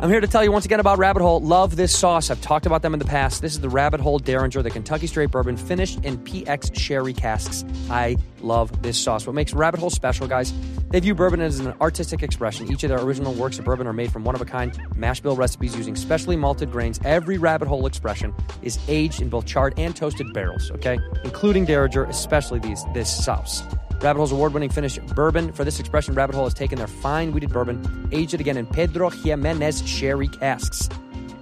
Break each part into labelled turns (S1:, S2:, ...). S1: I'm here to tell you once again about Rabbit Hole. Love this sauce. I've talked about them in the past. This is the Rabbit Hole Derringer, the Kentucky Straight Bourbon, finished in PX sherry casks. I love this sauce. What makes Rabbit Hole special, guys? They view bourbon as an artistic expression. Each of their original works of bourbon are made from one of a kind mash bill recipes using specially malted grains. Every Rabbit Hole expression is aged in both charred and toasted barrels, okay? Including Derringer, especially these this sauce. Rabbit Hole's award winning finished bourbon. For this expression, Rabbit Hole has taken their fine weeded bourbon, aged it again in Pedro Jimenez sherry casks.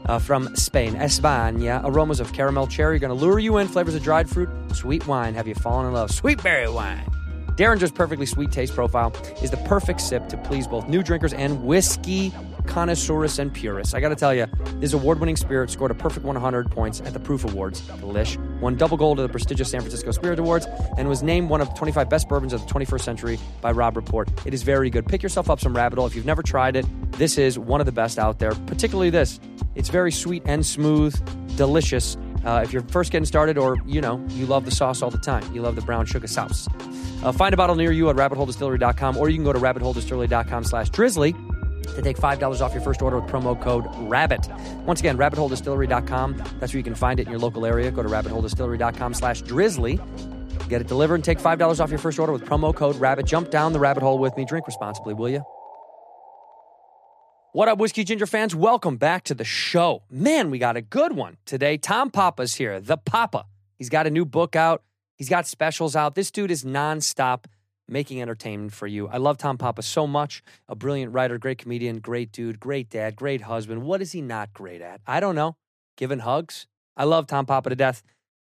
S1: Uh, from Spain, España, aromas of caramel cherry are going to lure you in. Flavors of dried fruit, sweet wine. Have you fallen in love? Sweet berry wine. Derringer's perfectly sweet taste profile is the perfect sip to please both new drinkers and whiskey connoisseurs and purists. I got to tell you, this award-winning spirit scored a perfect 100 points at the Proof Awards. Delish won double gold at the prestigious San Francisco Spirit Awards and was named one of the 25 best bourbons of the 21st century by Rob Report. It is very good. Pick yourself up some Rabbit Hole if you've never tried it. This is one of the best out there. Particularly this. It's very sweet and smooth, delicious. Uh, if you're first getting started, or you know you love the sauce all the time, you love the brown sugar sauce. Uh, find a bottle near you at rabbitholedistillery.com, or you can go to rabbitholedistillery.com/drizzly to take $5 off your first order with promo code RABBIT. Once again, rabbitholedistillery.com. That's where you can find it in your local area. Go to rabbitholedistillery.com slash drizzly. Get it delivered and take $5 off your first order with promo code RABBIT. Jump down the rabbit hole with me. Drink responsibly, will you? What up, Whiskey Ginger fans? Welcome back to the show. Man, we got a good one today. Tom Papa's here, the Papa. He's got a new book out. He's got specials out. This dude is nonstop making entertainment for you. I love Tom Papa so much. A brilliant writer, great comedian, great dude, great dad, great husband. What is he not great at? I don't know. Giving hugs. I love Tom Papa to death.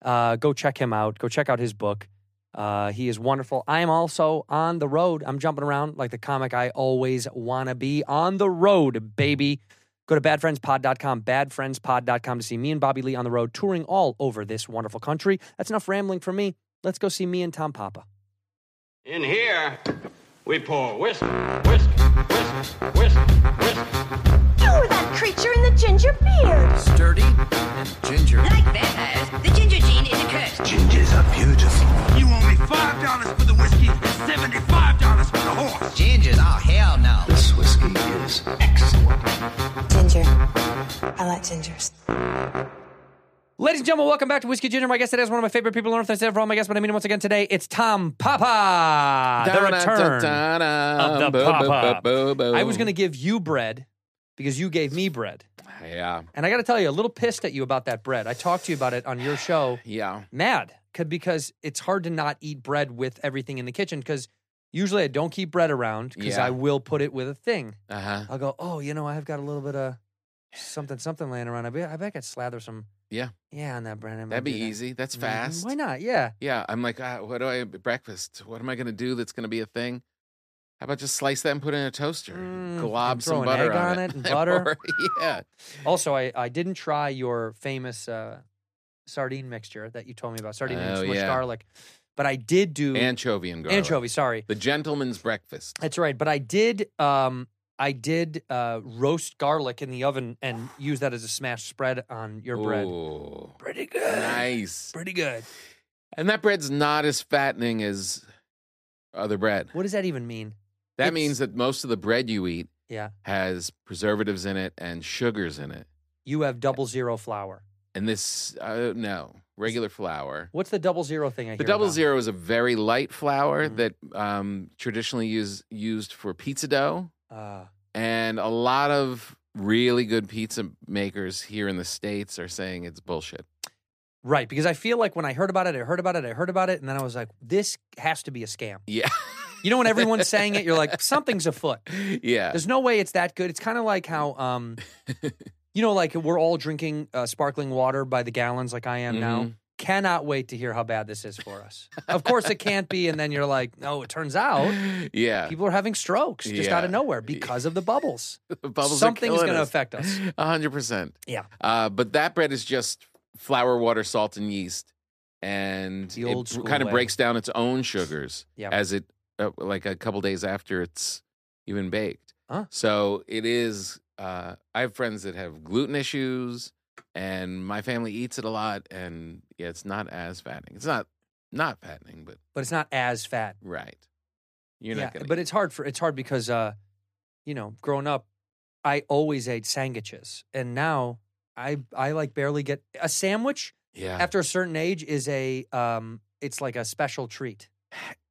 S1: Uh, go check him out. Go check out his book. Uh, he is wonderful. I am also on the road. I'm jumping around like the comic I always want to be on the road, baby. Go to badfriendspod.com, badfriendspod.com to see me and Bobby Lee on the road touring all over this wonderful country. That's enough rambling for me. Let's go see me and Tom Papa.
S2: In here, we pour whisk, whisk, whisk, whisk, whisk.
S3: You were Oh, that creature in the ginger beard.
S4: sturdy and ginger.
S5: Like vampires, the ginger gene is a curse.
S6: Gingers are beautiful.
S7: You owe me five dollars for the whiskey and seventy-five dollars for the horse.
S4: Gingers? Oh, hell no.
S6: This whiskey is excellent.
S8: Ginger. I like gingers.
S1: Ladies and gentlemen, welcome back to Whiskey Ginger. My guest today is one of my favorite people on earth. I said it for all my guests, but I mean it once again today. It's Tom Papa, Uh, the return
S9: Um,
S1: of the Papa. I was going to give you bread because you gave me bread,
S9: Yeah,
S1: and I got to tell you, a little pissed at you about that bread. I talked to you about it on your show.
S9: yeah.
S1: Mad, could because it's hard to not eat bread with everything in the kitchen. Because usually I don't keep bread around because
S9: Yeah.
S1: I will put it with a thing.
S9: Uh huh.
S1: I'll go, oh, you know, I've got a little bit of something, something laying around. I bet I, bet I could slather some.
S9: Yeah.
S1: Yeah, on that bread. I'm gonna
S9: That'd be
S1: do that."
S9: easy. That's
S1: Mhm.
S9: fast.
S1: Why not? Yeah.
S9: Yeah, I'm like, ah, what do I breakfast? What am I gonna do that's gonna be a thing? How about just slice that and put it in a toaster?
S1: Mm,
S9: Glob
S1: and throw
S9: some
S1: an
S9: butter
S1: egg on it and butter.
S9: Or- yeah.
S1: Also, I, I didn't try your famous uh, sardine mixture that you told me about sardine and
S9: Oh,
S1: smushed
S9: yeah.
S1: garlic, but I did do
S9: Anchovy and garlic.
S1: anchovy. Sorry,
S9: The gentleman's breakfast.
S1: that's right. But I did um I did uh, roast garlic in the oven and use that as a smash spread on your bread.
S9: Ooh,
S1: Pretty good.
S9: nice.
S1: Pretty good.
S9: And that bread's not as fattening as other bread.
S1: What does that even mean?
S9: That
S1: It's-
S9: means that most of the bread you eat
S1: Yeah,
S9: has preservatives in it and sugars in it.
S1: you have double zero flour.
S9: And this, uh, no, regular flour.
S1: What's the double zero thing? I
S9: The
S1: hear
S9: double
S1: about?
S9: zero is a very light flour
S1: Mhm.
S9: that um, traditionally use, used for pizza dough,
S1: Uh,
S9: and a lot of really good pizza makers here in the states are saying it's bullshit.
S1: right, because I feel like when I heard about it, I heard about it, I heard about it, and then I was like, this has to be a scam.
S9: Yeah,
S1: You know, when everyone's saying it, you're like, something's afoot.
S9: yeah,
S1: There's no way it's that good. It's kind of like how, um, you know, like we're all drinking uh, sparkling water by the gallons, like I am now.
S9: Mhm.
S1: Cannot wait to hear how bad this is for us. Of course, it can't be. And then you're like, no, it turns out
S9: yeah.
S1: people are having strokes just
S9: Yeah.
S1: out of nowhere because of the bubbles.
S9: The bubbles are
S1: Something's
S9: killing
S1: going to
S9: us.
S1: affect us.
S9: A hundred percent.
S1: Yeah.
S9: Uh, but that bread is just flour, water, salt, and yeast, and
S1: The old
S9: it
S1: school
S9: kind of
S1: way.
S9: breaks down its own sugars
S1: Yeah.
S9: as it uh, like a couple days after it's even baked.
S1: Huh.
S9: So it is. Uh, I have friends that have gluten issues, and my family eats it a lot, and yeah, it's not as fattening. It's not not fattening, but
S1: But it's not as fat.
S9: right. You're
S1: yeah,
S9: not gonna.
S1: but
S9: eat-
S1: it's hard for it's hard because uh, you know, growing up, I always ate sandwiches, and now I I like barely get a sandwich
S9: Yeah.
S1: after a certain age is a um it's like a special treat.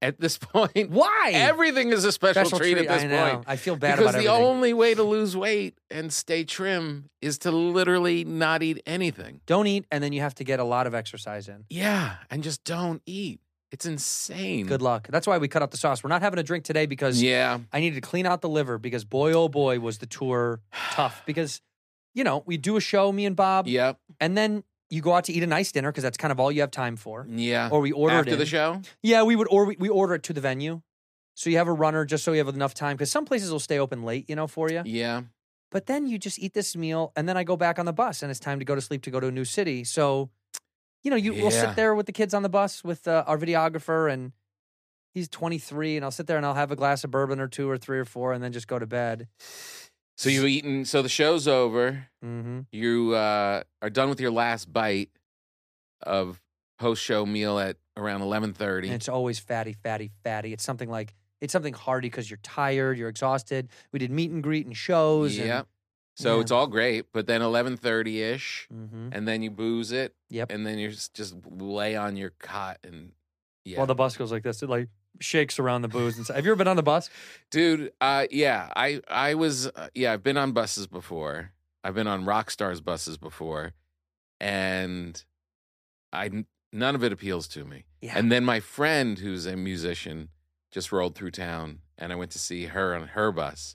S9: at this point,
S1: Why?
S9: everything is a special, treat, at this
S1: I know.
S9: point.
S1: I feel bad
S9: because
S1: about
S9: the
S1: everything.
S9: only way to lose weight and stay trim is to literally not eat anything.
S1: Don't eat, and then you have to get a lot of exercise in.
S9: Yeah, and just don't eat. It's insane.
S1: Good luck. That's why we cut out the sauce. We're not having a drink today because
S9: Mm. Yeah,
S1: I needed to clean out the liver because boy oh boy was the tour tough because you know we do a show me and Bob
S9: yep,
S1: and then you go out to eat a nice dinner because that's kind of all you have time for
S9: yeah.
S1: or we order it
S9: After
S1: in.
S9: the show,
S1: Yeah, we would, or we, we order it to the venue. So you have a runner just so you have enough time because some places will stay open late, you know, for you.
S9: yeah,
S1: But then you just eat this meal and then I go back on the bus and it's time to go to sleep to go to a new city. So, you know, you we'll
S9: Yeah.
S1: sit there with the kids on the bus with uh, our videographer and he's 23 and I'll sit there and I'll have a glass of bourbon or two or three or four and then just go to bed.
S9: so you've eaten. So the show's over.
S1: hmm
S9: You uh, are done with your last bite of post-show meal at around eleven thirty.
S1: And it's always fatty, fatty, fatty. It's something like, it's something hearty because you're tired, you're exhausted. We did meet and greet and shows.
S9: Yep. So
S1: Yeah.
S9: it's all great, but then eleven thirty ish,
S1: And, hmm
S9: and then you booze it,
S1: Yep.
S9: and then you s- just lay on your cot and yeah.
S1: while the bus goes like this. It like shakes around the booze. And stuff. Have you ever been on the bus?
S9: dude uh yeah i i was uh, yeah i've been on buses before i've been on rock stars buses before and i none of it appeals to me
S1: Yeah.
S9: and then my friend who's a musician just rolled through town and i went to see her on her bus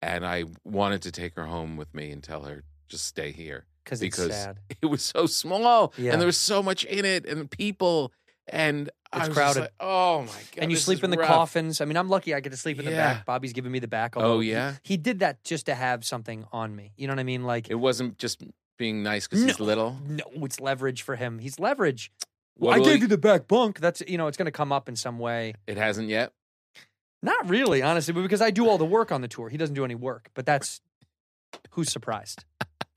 S9: and i wanted to take her home with me and tell her just stay here
S1: Because it's
S9: because
S1: sad.
S9: it was so small
S1: Yeah.
S9: and there was so much in it and people and I
S1: It's
S9: was just
S1: crowded.
S9: like, oh my god
S1: and you
S9: this
S1: sleep
S9: is
S1: in the
S9: rough.
S1: coffins. I mean, I'm lucky I get to sleep in the
S9: Yeah. Oh,
S1: back. Bobby's giving me the back. although he-
S9: yeah?
S1: He, did that just to have something on me. You know what I mean? Like,
S9: It wasn't just being nice because he's
S1: No.
S9: little.
S1: no, it's leverage for him. He's leverage.
S9: What
S1: I
S9: will
S1: gave
S9: he-
S1: you the back bunk. That's, you know, it's going to come up in some way.
S9: It hasn't yet.
S1: Not really, honestly, but because I do all the work on the tour. He doesn't do any work, but that's who's surprised?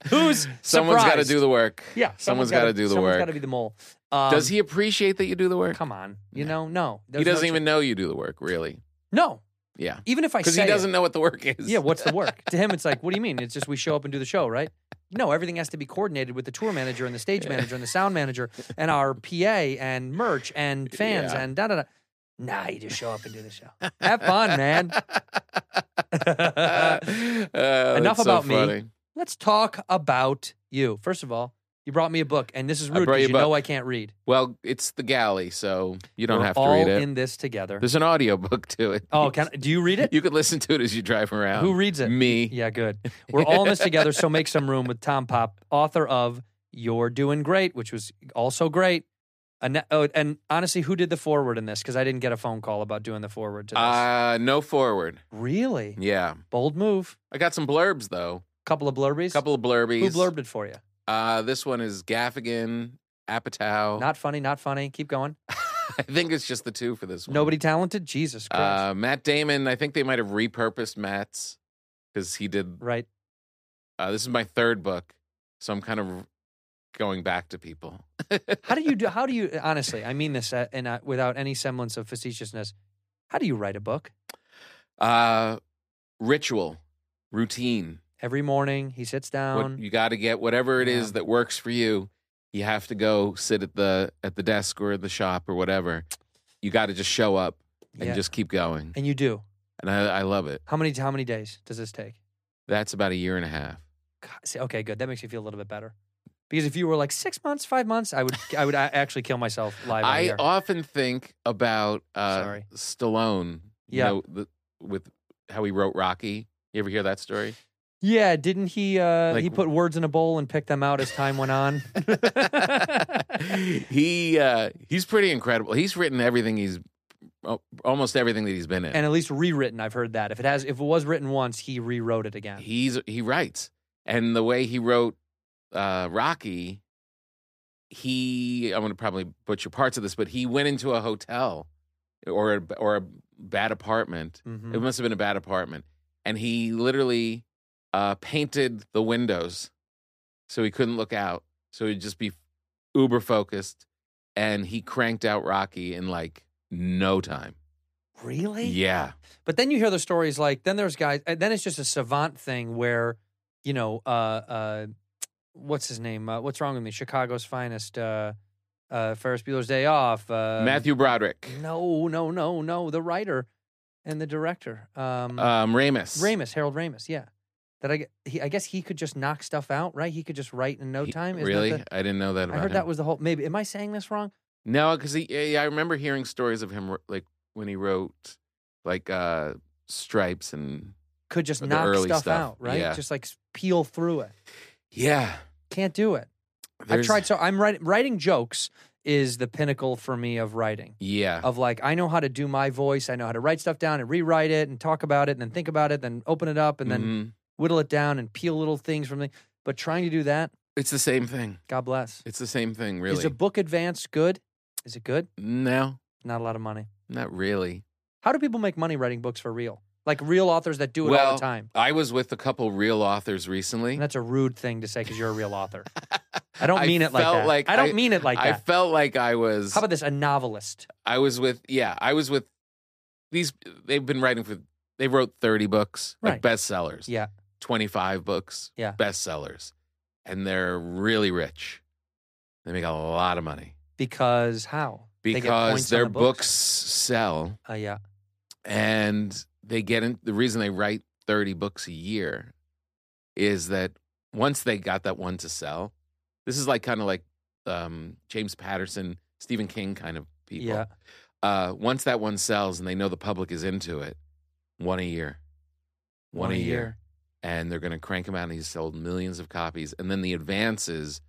S1: Who's
S9: Someone's got to
S1: surprised?
S9: do the work.
S1: Yeah.
S9: someone's got
S1: gotta-
S9: to do the
S1: Someone's
S9: work.
S1: got to be the mole. Um,
S9: Does he appreciate that you do the work?
S1: Come on. You
S9: No.
S1: know, no.
S9: he
S1: There's no
S9: doesn't
S1: chance.
S9: even know you do the work, really.
S1: No,
S9: Yeah,
S1: even if I
S9: because
S1: say
S9: he
S1: it-
S9: doesn't know what the work is.
S1: yeah, what's the work? to him, it's like, what do you mean? It's just we show up and do the show, right? No, everything has to be coordinated with the tour manager and the stage manager and the sound manager and our PA and merch and fans
S9: Yeah.
S1: and da da da. Nah, you just show up and do the show. Have fun, man.
S9: Uh, uh,
S1: Enough
S9: that's so
S1: about me.
S9: funny.
S1: Let's talk about you. First of all, you brought me a book, and this is
S9: I
S1: rude
S9: brought
S1: because
S9: you a
S1: you, know
S9: book.
S1: I can't read.
S9: Well, it's the galley, so you don't
S1: We're
S9: have to
S1: all
S9: read it.
S1: in this together.
S9: There's an audio book to it.
S1: oh, can I, do you read it?
S9: you could listen to it as you drive around.
S1: Who reads it?
S9: Me.
S1: Yeah, good. We're all in this together, so make some room with Tom Pop, author of You're Doing Great, which was also great. And, oh, and honestly, who did the forward in this? Because I didn't get a phone call about doing the forward to this.
S9: Uh, no forward.
S1: really?
S9: Yeah,
S1: Bold move.
S9: I got some blurbs though.
S1: Couple of blurbies.
S9: A couple of blurbies.
S1: who blurbed it for you?
S9: Uh, this one is Gaffigan, Apatow.
S1: Not funny, not funny. Keep going.
S9: I think it's just the two for this one.
S1: Nobody talented? Jesus Christ.
S9: Uh, Matt Damon. I think they might have repurposed Matt's because he did.
S1: right.
S9: Uh, this is my third book, so I'm kind of going back to people.
S1: How do you do, how do you, honestly, I mean this uh, and uh, without any semblance of facetiousness, how do you write a book?
S9: Uh, ritual, routine.
S1: Every morning he sits
S9: What,
S1: down.
S9: you got to get whatever it is
S1: Yeah.
S9: that works for you. You have to go sit at the at the desk or the shop or whatever. You got to just show up and
S1: yeah.
S9: just keep going.
S1: and you do.
S9: And I, I love it.
S1: How many how many days does this take?
S9: That's about a year and a half.
S1: God, see, okay, good. That makes me feel a little bit better. Because if you were like six months, five months, I would I would a- actually kill myself live. on
S9: I
S1: the air.
S9: often think about uh,
S1: Sorry.
S9: Stallone. You
S1: Yeah.
S9: know, the, with how he wrote Rocky. You ever hear that story?
S1: yeah, didn't he? Uh,
S9: Like-
S1: he put words in a bowl and picked them out as time went on.
S9: he uh, he's pretty incredible. He's written everything he's al- almost everything that he's been in.
S1: and at least rewritten. I've heard that if it has if it was written once, he rewrote it again.
S9: he's he writes, and the way he wrote uh, Rocky, he I'm going to probably butcher parts of this, but he went into a hotel or a, or a bad apartment
S1: Mhm.
S9: It must have been a bad apartment. And he literally uh, painted the windows so he couldn't look out. So he'd just be uber focused. And he cranked out Rocky in like no time.
S1: Really?
S9: Yeah.
S1: But then you hear the stories like then there's guys and then it's just a savant thing where you know uh uh what's his name uh, what's wrong with me Chicago's finest uh uh Ferris Bueller's Day Off uh
S9: Matthew Broderick.
S1: No no no no the writer and the director um
S9: Um, Ramus.
S1: Ramus Harold Ramus yeah that I gue- he, I guess he could just knock stuff out right he could just write in no
S9: He-
S1: time Isn't that
S9: really?
S1: the-
S9: I didn't know that about
S1: I heard
S9: him.
S1: that was the whole maybe am I saying this wrong
S9: No, because I remember hearing stories of him, like when he wrote, like uh, Stripes and
S1: could just
S9: The
S1: knock
S9: early
S1: stuff,
S9: stuff,
S1: out right
S9: yeah.
S1: just like s- peel through it
S9: yeah.
S1: can't do it I've
S9: there's-
S1: tried so I'm writing writing jokes is the pinnacle for me of writing.
S9: Yeah,
S1: Of like I know how to do my voice, I know how to write stuff down and rewrite it and talk about it and then think about it, then open it up and then
S9: Mhm.
S1: whittle it down and peel little things from the but trying to do that,
S9: it's the same thing.
S1: God bless.
S9: It's the same thing, really.
S1: Is a book advance good? Is it good?
S9: no,
S1: Not a lot of money.
S9: not really.
S1: How do people make money writing books for real? Like real authors that do it all
S9: well,
S1: the time.
S9: I was with a couple real authors recently.
S1: And that's a rude thing to say because you're a real author. I don't
S9: I
S1: mean it like
S9: felt
S1: that.
S9: like
S1: I don't
S9: I-
S1: mean it like
S9: I
S1: that.
S9: felt like I was.
S1: How about this? A novelist.
S9: I was with. Yeah, I was with these. They've been writing for. They wrote thirty books,
S1: Right.
S9: like bestsellers.
S1: Yeah.
S9: 25 books,
S1: Yeah.
S9: bestsellers, and they're really rich. They make a lot of money
S1: Because how? They get
S9: because
S1: points on
S9: their
S1: the
S9: books. sell
S1: Uh, yeah.
S9: and they get in. The reason they write 30 books a year is that once they got that one to sell, this is like kind of like um, James Patterson, Stephen King kind of people.
S1: Yeah.
S9: Uh, once that one sells and they know the public is into it, one a year. One, a year. and they're going to crank him out. And he's sold millions of copies. And then the advances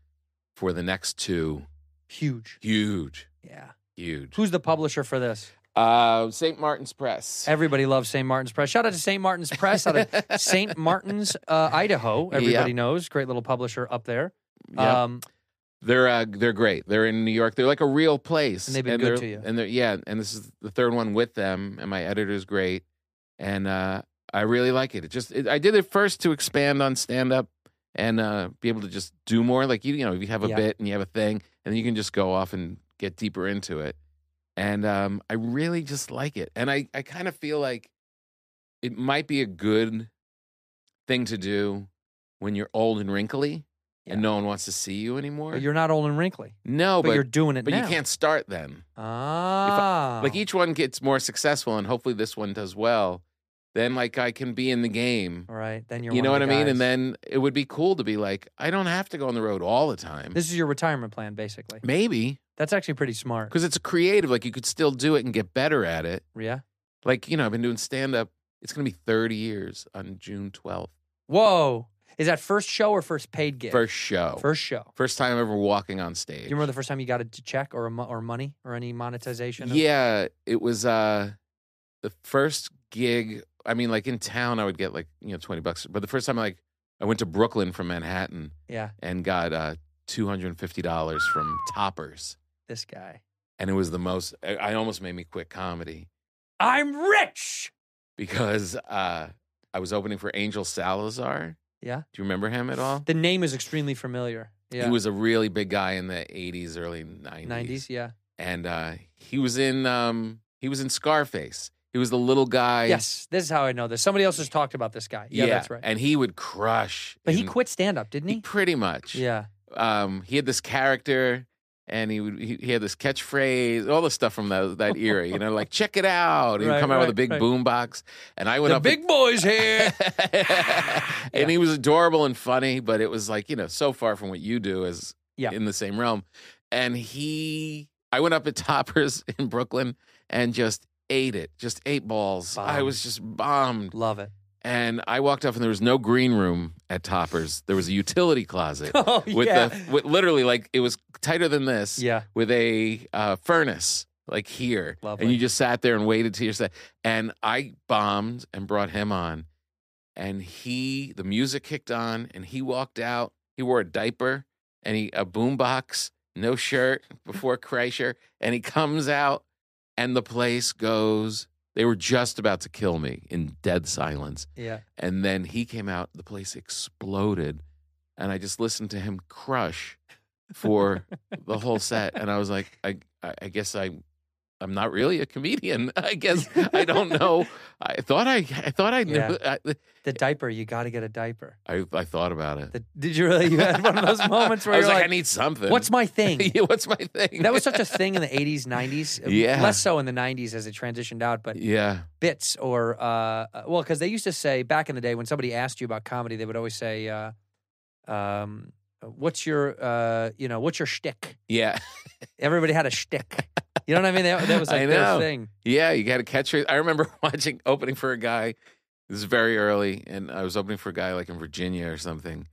S9: for the next two,
S1: Huge.
S9: huge,
S1: Yeah.
S9: huge.
S1: Who's the publisher for this?
S9: Uh, St. Martin's Press.
S1: Everybody loves St. Martin's Press. Shout out to St. Martin's Press out of St. Martin's, uh, Idaho. Everybody
S9: Yep.
S1: knows. Great little publisher up there.
S9: Yep.
S1: Um,
S9: they're uh, they're great. They're in New York. They're like a real place.
S1: And they've been good
S9: they're-
S1: to you.
S9: And they're yeah. And this is the third one with them. And my editor's great. And uh, I really like it. It just it, I did it first to expand on stand up and uh, be able to just do more. Like you you know if you have a
S1: Yeah.
S9: bit and you have a thing and you can just go off and get deeper into it. And um, I really just like it. And I I kind of feel like it might be a good thing to do when you're old and wrinkly.
S1: Yeah.
S9: And no one wants to see you anymore.
S1: but you're not old and wrinkly,
S9: No,
S1: but,
S9: but
S1: you're doing it
S9: but
S1: now.
S9: you can't start then.
S1: Ah.
S9: Like each one gets more successful, and hopefully this one does well. Then like I can be in the game.
S1: All right. Then you're
S9: You
S1: one
S9: know
S1: of
S9: what I
S1: the
S9: mean?
S1: guys.
S9: And then it would be cool to be like, I don't have to go on the road all the time.
S1: This is your retirement plan, basically.
S9: Maybe
S1: That's actually pretty smart.
S9: because it's creative. Like you could still do it and get better at it.
S1: Yeah.
S9: Like you know, I've been doing stand up. It's gonna be 30 years on June 12th.
S1: Whoa. Is that first show or first paid gig?
S9: First show.
S1: First show.
S9: First time ever walking on stage.
S1: Do you remember the first time you got a check or a mo- or money or any monetization? of-
S9: Yeah, it was uh the first gig. I mean, like in town, I would get like you know twenty bucks, but the first time like I went to Brooklyn from Manhattan
S1: Yeah.
S9: and got uh two hundred and fifty dollars from Toppers,
S1: This guy.
S9: and it was the most. I, I almost made me quit comedy
S1: I'm rich.
S9: because uh I was opening for Angel Salazar.
S1: Yeah.
S9: do you remember him at all?
S1: The name is extremely familiar. Yeah.
S9: He was a really big guy in the '80s, early '90s.
S1: 90s, yeah.
S9: and uh, he was in um he was in Scarface. He was the little guy.
S1: Yes, this is how I know this. Somebody else has talked about this guy. Yeah, that's right.
S9: And he would crush.
S1: But he
S9: in-
S1: quit stand up, didn't
S9: he
S1: he?
S9: pretty much.
S1: Yeah.
S9: Um, he had this character, and he would he, he had this catchphrase, all the stuff from that that era. You know, like check it out. He'd
S1: Right,
S9: come out with a
S1: right,
S9: big
S1: right.
S9: boom box, and I went
S1: The
S9: up
S1: big boy's here.
S9: and he was adorable and funny, but it was like you know so far from what you do as
S1: Yeah.
S9: in the same realm. And he, I went up at Toppers in Brooklyn and just ate it, just ate balls. I
S1: Bombed.
S9: was just bombed.
S1: Love it.
S9: And I walked off, and there was no green room at Toppers. There was a utility closet
S1: Oh,
S9: with
S1: yeah.
S9: the with literally like it was tighter than this.
S1: Yeah.
S9: with a uh, furnace like here,
S1: Lovely.
S9: and you just sat there and waited till your set. And I bombed and brought him on, and he the music kicked on, and he walked out. He wore a diaper and he a boombox, no shirt before Kreischer, and he comes out, and the place goes. They were just about to kill me in dead silence.
S1: Yeah.
S9: And then he came out, the place exploded. And I just listened to him crush for the whole set. And I was like, I, I I guess I I'm not really a comedian. I guess I don't know. I thought I I thought I knew.
S1: Yeah.
S9: I,
S1: The diaper, you got to get a diaper.
S9: I I thought about it.
S1: The, did you really? You had one of those moments where
S9: I was
S1: you're
S9: like,
S1: like,
S9: I need something.
S1: what's my thing?
S9: yeah, what's my thing?
S1: that was such a thing in the 80s, 90s.
S9: Yeah.
S1: Less so in the 90s as it transitioned out, but
S9: yeah.
S1: bits or, uh, uh, well, because they used to say back in the day when somebody asked you about comedy, they would always say, uh, um, what's your, uh, you know, what's your shtick?
S9: Yeah.
S1: Everybody had a shtick. You know what I mean? That, that was
S9: I
S1: like their
S9: know.
S1: thing.
S9: Yeah, you got to catch her. I remember watching opening for a guy. This is very early, and I was opening for a guy like in Virginia or something,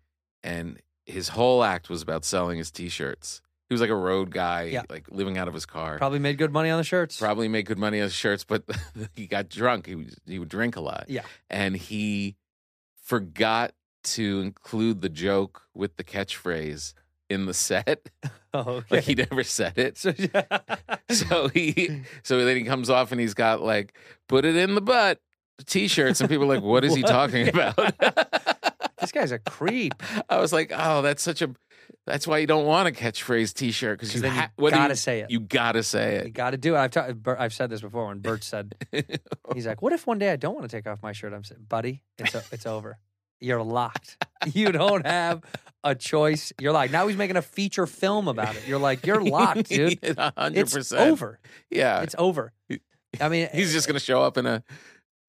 S9: and his whole act was about selling his T-shirts. He was like a road guy,
S1: Yeah.
S9: like living out of his car.
S1: Probably made good money on the shirts.
S9: Probably made good money on his shirts, but he got drunk. He was, he would drink a lot,
S1: Yeah.
S9: and he forgot to include the joke with the catchphrase in the set.
S1: Oh,
S9: Like
S1: okay.
S9: he never said it.
S1: So, yeah.
S9: So he, so then he comes off and he's got like, put it in the butt t-shirts, and people are like, what is he
S1: What?
S9: talking about?
S1: this guy's a creep.
S9: I was like, oh, that's such a, that's why you don't want a catchphrase t-shirt because
S1: 'Cause
S9: you,
S1: then you
S9: ha- whether
S1: gotta say it.
S9: You gotta say
S1: You
S9: it.
S1: got to do it. I've, ta- Bert, I've said this before when Bert said, he's like, what if one day I don't want to take off my shirt? I'm saying, buddy, it's, o- it's over. You're locked. You don't have a choice. You're like, now he's making a feature film about it. You're like, you're locked, dude.
S9: A hundred
S1: It's
S9: percent.
S1: over.
S9: Yeah,
S1: It's over. I mean,
S9: he's just gonna show up in a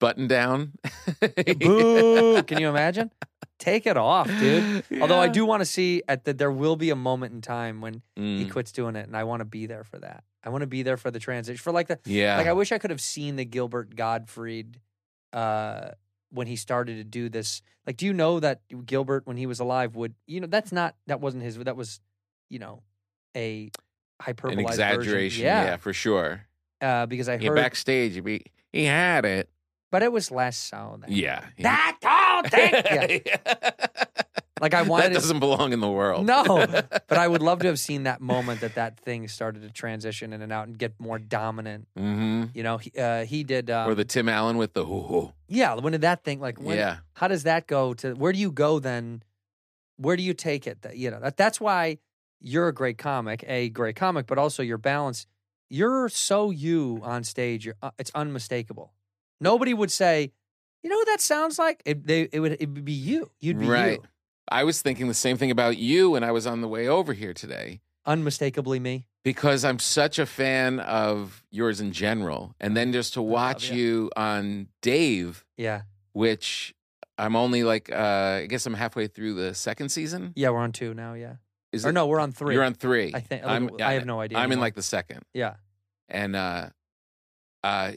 S9: button down.
S1: boo. Can you imagine? Take it off, dude. Although I
S9: Yeah.
S1: do want to see at the, there will be a moment in time when he
S9: Mm,
S1: quits doing it, and I want to be there for that. I want to be there for the transition, for like the
S9: yeah,
S1: Like I wish I could have seen the Gilbert Gottfried uh, when he started to do this. Like, do you know that Gilbert, when he was alive, would you know that's not that wasn't his. That was you know a hyperbolized
S9: an
S1: version.
S9: exaggeration. yeah,
S1: Yeah,
S9: for sure.
S1: Uh, because I
S9: Yeah,
S1: heard,
S9: backstage, he'd be, he had it.
S1: but it was less so. Then.
S9: Yeah. he-
S1: that all take. Like I
S9: That
S1: wanted.
S9: doesn't belong in the world.
S1: no, but I would love to have seen that moment that that thing started to transition in and out and get more dominant.
S9: hmm
S1: You know, he, uh, he did. Um,
S9: or the Tim Allen with the hoo hoo.
S1: Yeah, when did that thing like when
S9: Yeah.
S1: how does that go to where do you go then? Where do you take it? That you know, that that's why you're a great comic, a great comic, but also your balance. You're so you on stage. You're, uh, it's unmistakable. Nobody would say, "You know what that sounds like?" It, they, it would it would be you. You'd be
S9: Right.
S1: you.
S9: I was thinking the same thing about you when I was on the way over here today
S1: Unmistakably me.
S9: because I'm such a fan of yours in general. And then just to watch
S1: yeah.
S9: you on Dave,
S1: Yeah.
S9: which I'm only like, uh, I guess I'm halfway through the second season.
S1: Yeah, we're on 2 now, yeah.
S9: Is
S1: or
S9: it-
S1: no, we're on 3.
S9: You're on three.
S1: I think
S9: I'm-
S1: I have no idea.
S9: I'm in
S1: anymore.
S9: like the second.
S1: Yeah.
S9: And uh, uh,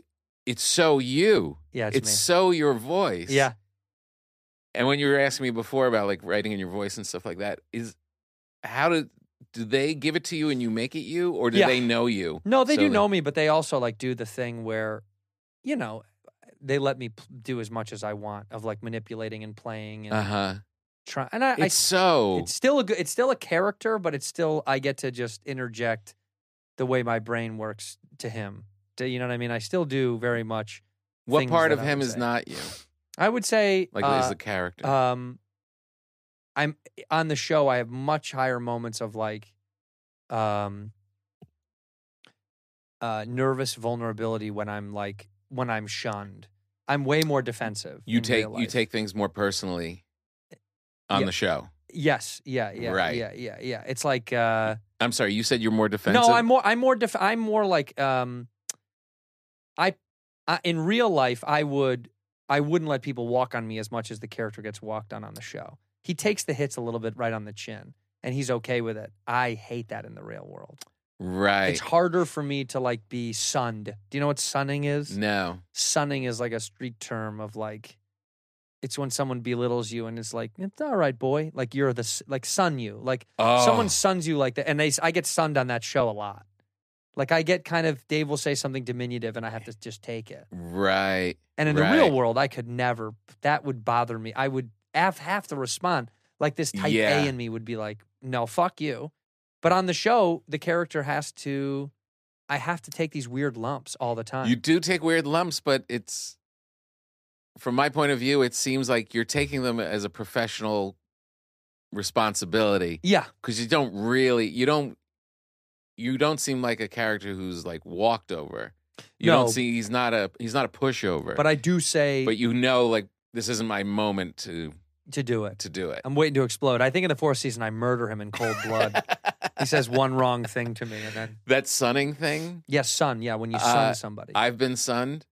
S9: it's so you.
S1: Yeah, it's,
S9: it's so your voice.
S1: me. Yeah.
S9: And when you were asking me before about like writing in your voice and stuff like that, is how did do they give it to you and you make it you, or do
S1: Yeah.
S9: they know you?
S1: No, they
S9: So
S1: do know me, but they also like do the thing where, you know, they let me p- do as much as I want of like manipulating and playing and
S9: Uh huh.
S1: trying. And I,
S9: It's so.
S1: I, it's still a good, it's still a character, but it's still I get to just interject the way my brain works to him. Do you know what I mean? I still do very much.
S9: what
S1: things
S9: part
S1: that
S9: of
S1: I
S9: him
S1: would
S9: is
S1: say.
S9: not you?
S1: I would say
S9: Like
S1: uh,
S9: is the character?
S1: um, I'm eh, on the show. I have much higher moments of like, um, uh, nervous vulnerability when I'm like when I'm shunned. I'm way more defensive.
S9: you
S1: in
S9: take
S1: real
S9: you
S1: life. Eh,
S9: take things more personally on
S1: Yeah.
S9: the show.
S1: yes, yeah, yeah,
S9: Right.
S1: yeah, yeah, yeah. It's like uh,
S9: I'm sorry, you said you're more defensive.
S1: No, I'm more. I'm more. Def- I'm more like. Um, I, I in real life, I would. I wouldn't let people walk on me as much as the character gets walked on on the show. He takes the hits a little bit right on the chin, and he's okay with it. I hate that in the real world.
S9: right.
S1: It's harder for me to like be sunned. Do you know what sunning is?
S9: no.
S1: Sunning is like a street term of like. It's when someone belittles you and it's like, it's all right, boy. Like you're the s- like sun you like
S9: Oh.
S1: someone suns you like that, and they I get sunned on that show a lot. Like I get kind of Dave will say something diminutive, and I have to just take it.
S9: Oh, Right.
S1: And in the
S9: Right.
S1: real world, I could never. That would bother me. I would have, have to respond. Like this type
S9: Yeah.
S1: A in me would be like, "No, fuck you." But on the show, the character has to. I have to take these weird lumps all the time.
S9: You do take weird lumps, but it's from my point of view, it seems like you're taking them as a professional responsibility
S1: yeah,
S9: because you don't really you don't you don't seem like a character who's like walked over. You
S1: No.
S9: don't see he's not a he's not a pushover.
S1: But I do say
S9: but you know like this isn't my moment to
S1: to do it.
S9: to do it.
S1: I'm waiting to explode. I think in the fourth season, I murder him in cold blood. he says one wrong thing to me, and then
S9: That sunning thing.
S1: yes, son. Yeah, when you son
S9: Uh,
S1: somebody.
S9: I've been sunned,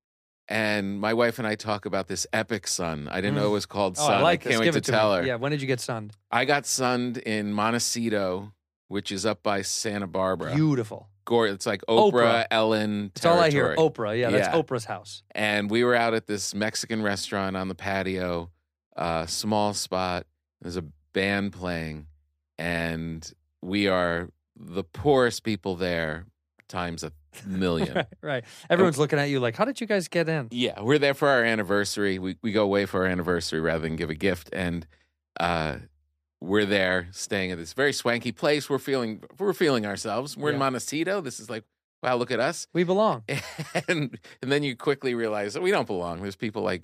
S9: and my wife and I talk about this epic sun. I didn't know it was called
S1: oh,
S9: sun.
S1: I like
S9: can't
S1: this.
S9: wait
S1: Give
S9: to
S1: it to
S9: tell
S1: me.
S9: her.
S1: Yeah, when did you get sunned?
S9: I got sunned in Montecito, which is up by Santa Barbara.
S1: Beautiful.
S9: Gore, it's like Oprah,
S1: Oprah.
S9: Ellen.
S1: That's all I hear.
S9: territory.
S1: Oprah. Yeah, that's
S9: Yeah.
S1: Oprah's house.
S9: And we were out at this Mexican restaurant on the patio, uh, small spot. There's a band playing, and we are the poorest people there times a million.
S1: Right, right. Everyone's looking at you like, how did you guys get in?
S9: Yeah, we're there for our anniversary. We we go away for our anniversary rather than give a gift, and uh, we're there staying at this very swanky place. We're feeling we're feeling ourselves. We're in
S1: Yeah.
S9: Montecito. This is like wow, look at us.
S1: We belong.
S9: And and then you quickly realize that we don't belong. There's people like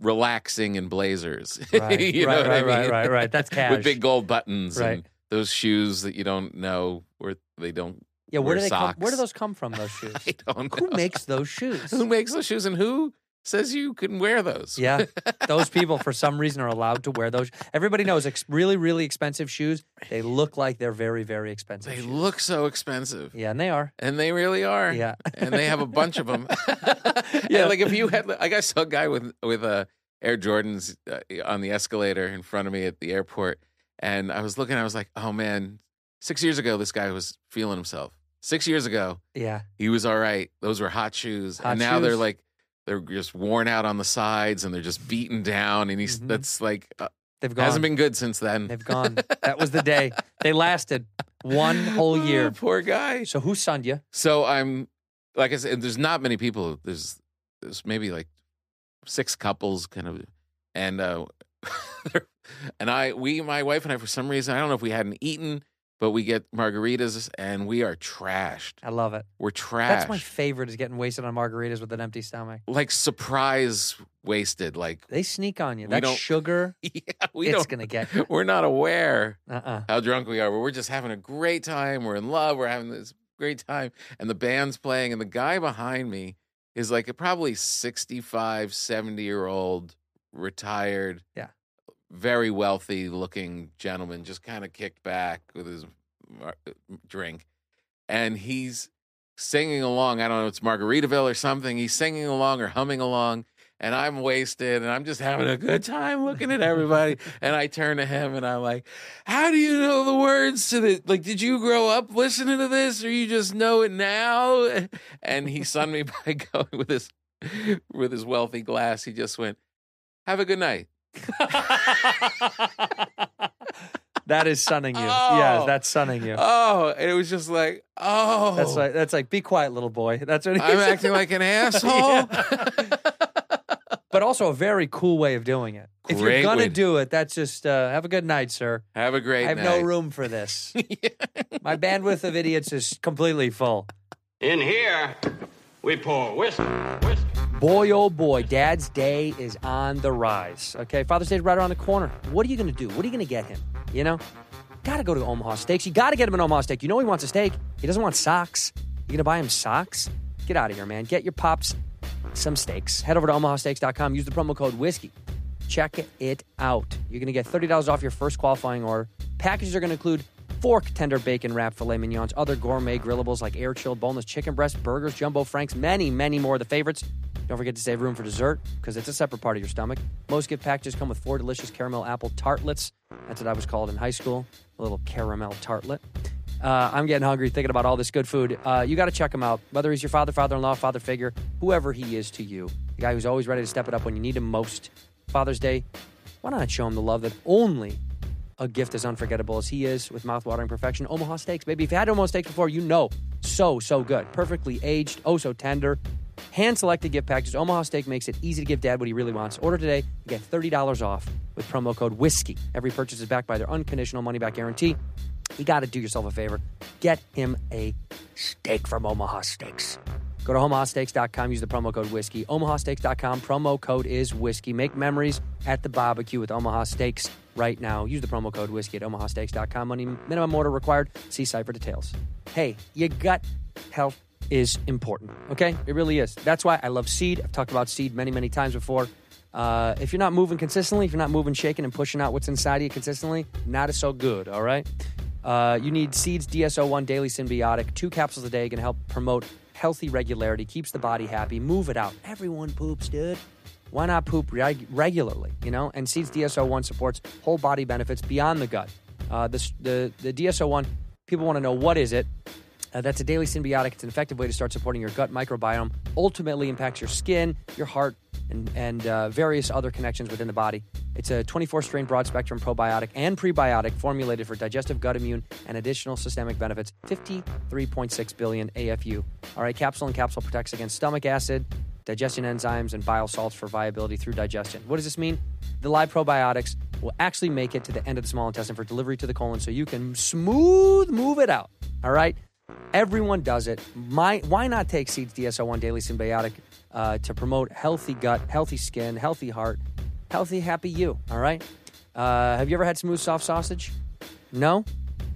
S9: relaxing in blazers.
S1: Right,
S9: you
S1: right,
S9: know what
S1: right,
S9: I mean?
S1: right, right, right. That's cash.
S9: With big gold buttons
S1: Right.
S9: and those shoes that you don't know or they don't.
S1: yeah, where
S9: wear
S1: do they come? Where do
S9: socks.
S1: those come from? Those shoes.
S9: I don't
S1: Who
S9: know.
S1: makes those shoes?
S9: who makes those shoes and who says you can wear those?
S1: Yeah, those people for some reason are allowed to wear those. Everybody knows ex- really, really expensive shoes. They look like they're very, very expensive.
S9: They
S1: shoes.
S9: look so expensive.
S1: yeah, and they are.
S9: And they really are.
S1: Yeah.
S9: And they have a bunch of them.
S1: Yeah.
S9: yeah. Like if you had, like I saw a guy with, with uh, Air Jordans uh, on the escalator in front of me at the airport. And I was looking, I was like, oh man, six years ago, this guy was feeling himself. Six years ago,
S1: Yeah,
S9: he was all right. Those were hot shoes.
S1: Hot
S9: and now they're
S1: shoes.
S9: like, they're just worn out on the sides and they're just beaten down. And he's,
S1: Mhm.
S9: that's like, uh,
S1: they've gone.
S9: hasn't been good since then.
S1: They've gone. That was the day they lasted one whole year.
S9: Oh, Poor guy.
S1: So who sunned you?
S9: So I'm like I said, there's not many people. There's there's maybe like six couples kind of, and uh, and I we my wife and I for some reason I don't know if we hadn't eaten, but we get margaritas and we are trashed.
S1: I love it.
S9: We're trashed.
S1: That's my favorite is getting wasted on margaritas with an empty stomach.
S9: like surprise wasted. Like
S1: They sneak on you.
S9: We
S1: That
S9: don't-
S1: sugar,
S9: yeah, we
S1: it's
S9: don't.
S1: gonna get.
S9: We're not aware
S1: Uh uh
S9: how drunk we are, but we're just having a great time. We're in love. We're having this great time. And the band's playing, and the guy behind me is like a probably 65, 70 year old, retired,
S1: Yeah.
S9: very wealthy looking gentleman, just kind of kicked back with his mar- drink. And he's singing along. I don't know, it's Margaritaville or something. He's singing along or humming along. And I'm wasted and I'm just having a good time looking at everybody. and I turn to him and I'm like, How do you know the words to this? Like, did you grow up listening to this or you just know it now? And he sunned me by going with his with his wealthy glass. He just went, Have a good night.
S1: That is sunning you.
S9: Oh.
S1: Yeah, that's sunning you.
S9: Oh, and it was just like, oh
S1: That's like that's like be quiet, little boy. That's what he
S9: I'm
S1: said.
S9: acting like an asshole.
S1: but also a very cool way of doing it. if you're
S9: Great
S1: gonna
S9: way to-
S1: do it, that's just uh, have a good night, sir.
S9: Have a great
S1: I have
S9: night.
S1: no room for this. My bandwidth of idiots is completely full.
S2: In here, we pour whisk, whisk,
S1: Boy, oh boy, Dad's Day is on the rise. Okay, Father's Day's right around the corner. What are you gonna do? What are you gonna get him? You know, gotta go to Omaha Steaks. You gotta get him an Omaha Steak. You know he wants a steak. He doesn't want socks. You gonna buy him socks? Get out of here, man. Get your pops some steaks. Head over to omahasteaks.com. Use the promo code whiskey. Check it out. You're going to get $30 off your first qualifying order. Packages are going to include fork, tender bacon wrap, filet mignons, other gourmet grillables like air chilled boneless chicken breast, burgers, jumbo franks, many, many more of the favorites. Don't forget to save room for dessert because it's a separate part of your stomach. Most gift packages come with four delicious caramel apple tartlets. That's what I was called in high school, a little caramel tartlet. Uh, I'm getting hungry thinking about all this good food. Uh, you got to check him out. Whether he's your father, father in law, father figure, whoever he is to you, the guy who's always ready to step it up when you need him most. Father's Day, why not show him the love that only a gift as unforgettable as he is with mouthwatering perfection? Omaha Steaks, baby. If you had Omaha Steaks before, you know. So, so good. Perfectly aged, oh so tender. Hand selected gift packages. Omaha Steak makes it easy to give dad what he really wants. Order today and get $30 off with promo code WHISKEY. Every purchase is backed by their unconditional money back guarantee. You got to do yourself a favor. Get him a steak from Omaha Steaks. Go to omahasteaks.com, use the promo code whiskey. Omahasteaks.com, promo code is whiskey. Make memories at the barbecue with Omaha Steaks right now. Use the promo code whiskey at omahasteaks.com. Money minimum order required. See site for details. Hey, you got health is important. Okay, it really is. That's why I love seed. I've talked about seed many, many times before. Uh, if you're not moving consistently, if you're not moving, shaking, and pushing out what's inside of you consistently, not so good. All right. Uh, you need Seeds DSO1 Daily Symbiotic. Two capsules a day can help promote healthy regularity, keeps the body happy. Move it out. Everyone poops, dude. Why not poop reg- regularly? You know, and Seeds DSO1 supports whole body benefits beyond the gut. Uh, this, the the DSO1. People want to know what is it. Uh, that's a daily symbiotic. It's an effective way to start supporting your gut microbiome. Ultimately, impacts your skin, your heart, and and uh, various other connections within the body. It's a 24 strain broad spectrum probiotic and prebiotic formulated for digestive, gut, immune, and additional systemic benefits. 53.6 billion AFU. All right, capsule and capsule protects against stomach acid digestion enzymes and bile salts for viability through digestion. What does this mean? The live probiotics will actually make it to the end of the small intestine for delivery to the colon so you can smooth move it out. All right? Everyone does it. My, why not take Seeds DSO1 Daily Symbiotic uh, to promote healthy gut, healthy skin, healthy heart, healthy, happy you? All right? Uh, have you ever had smooth, soft sausage? No?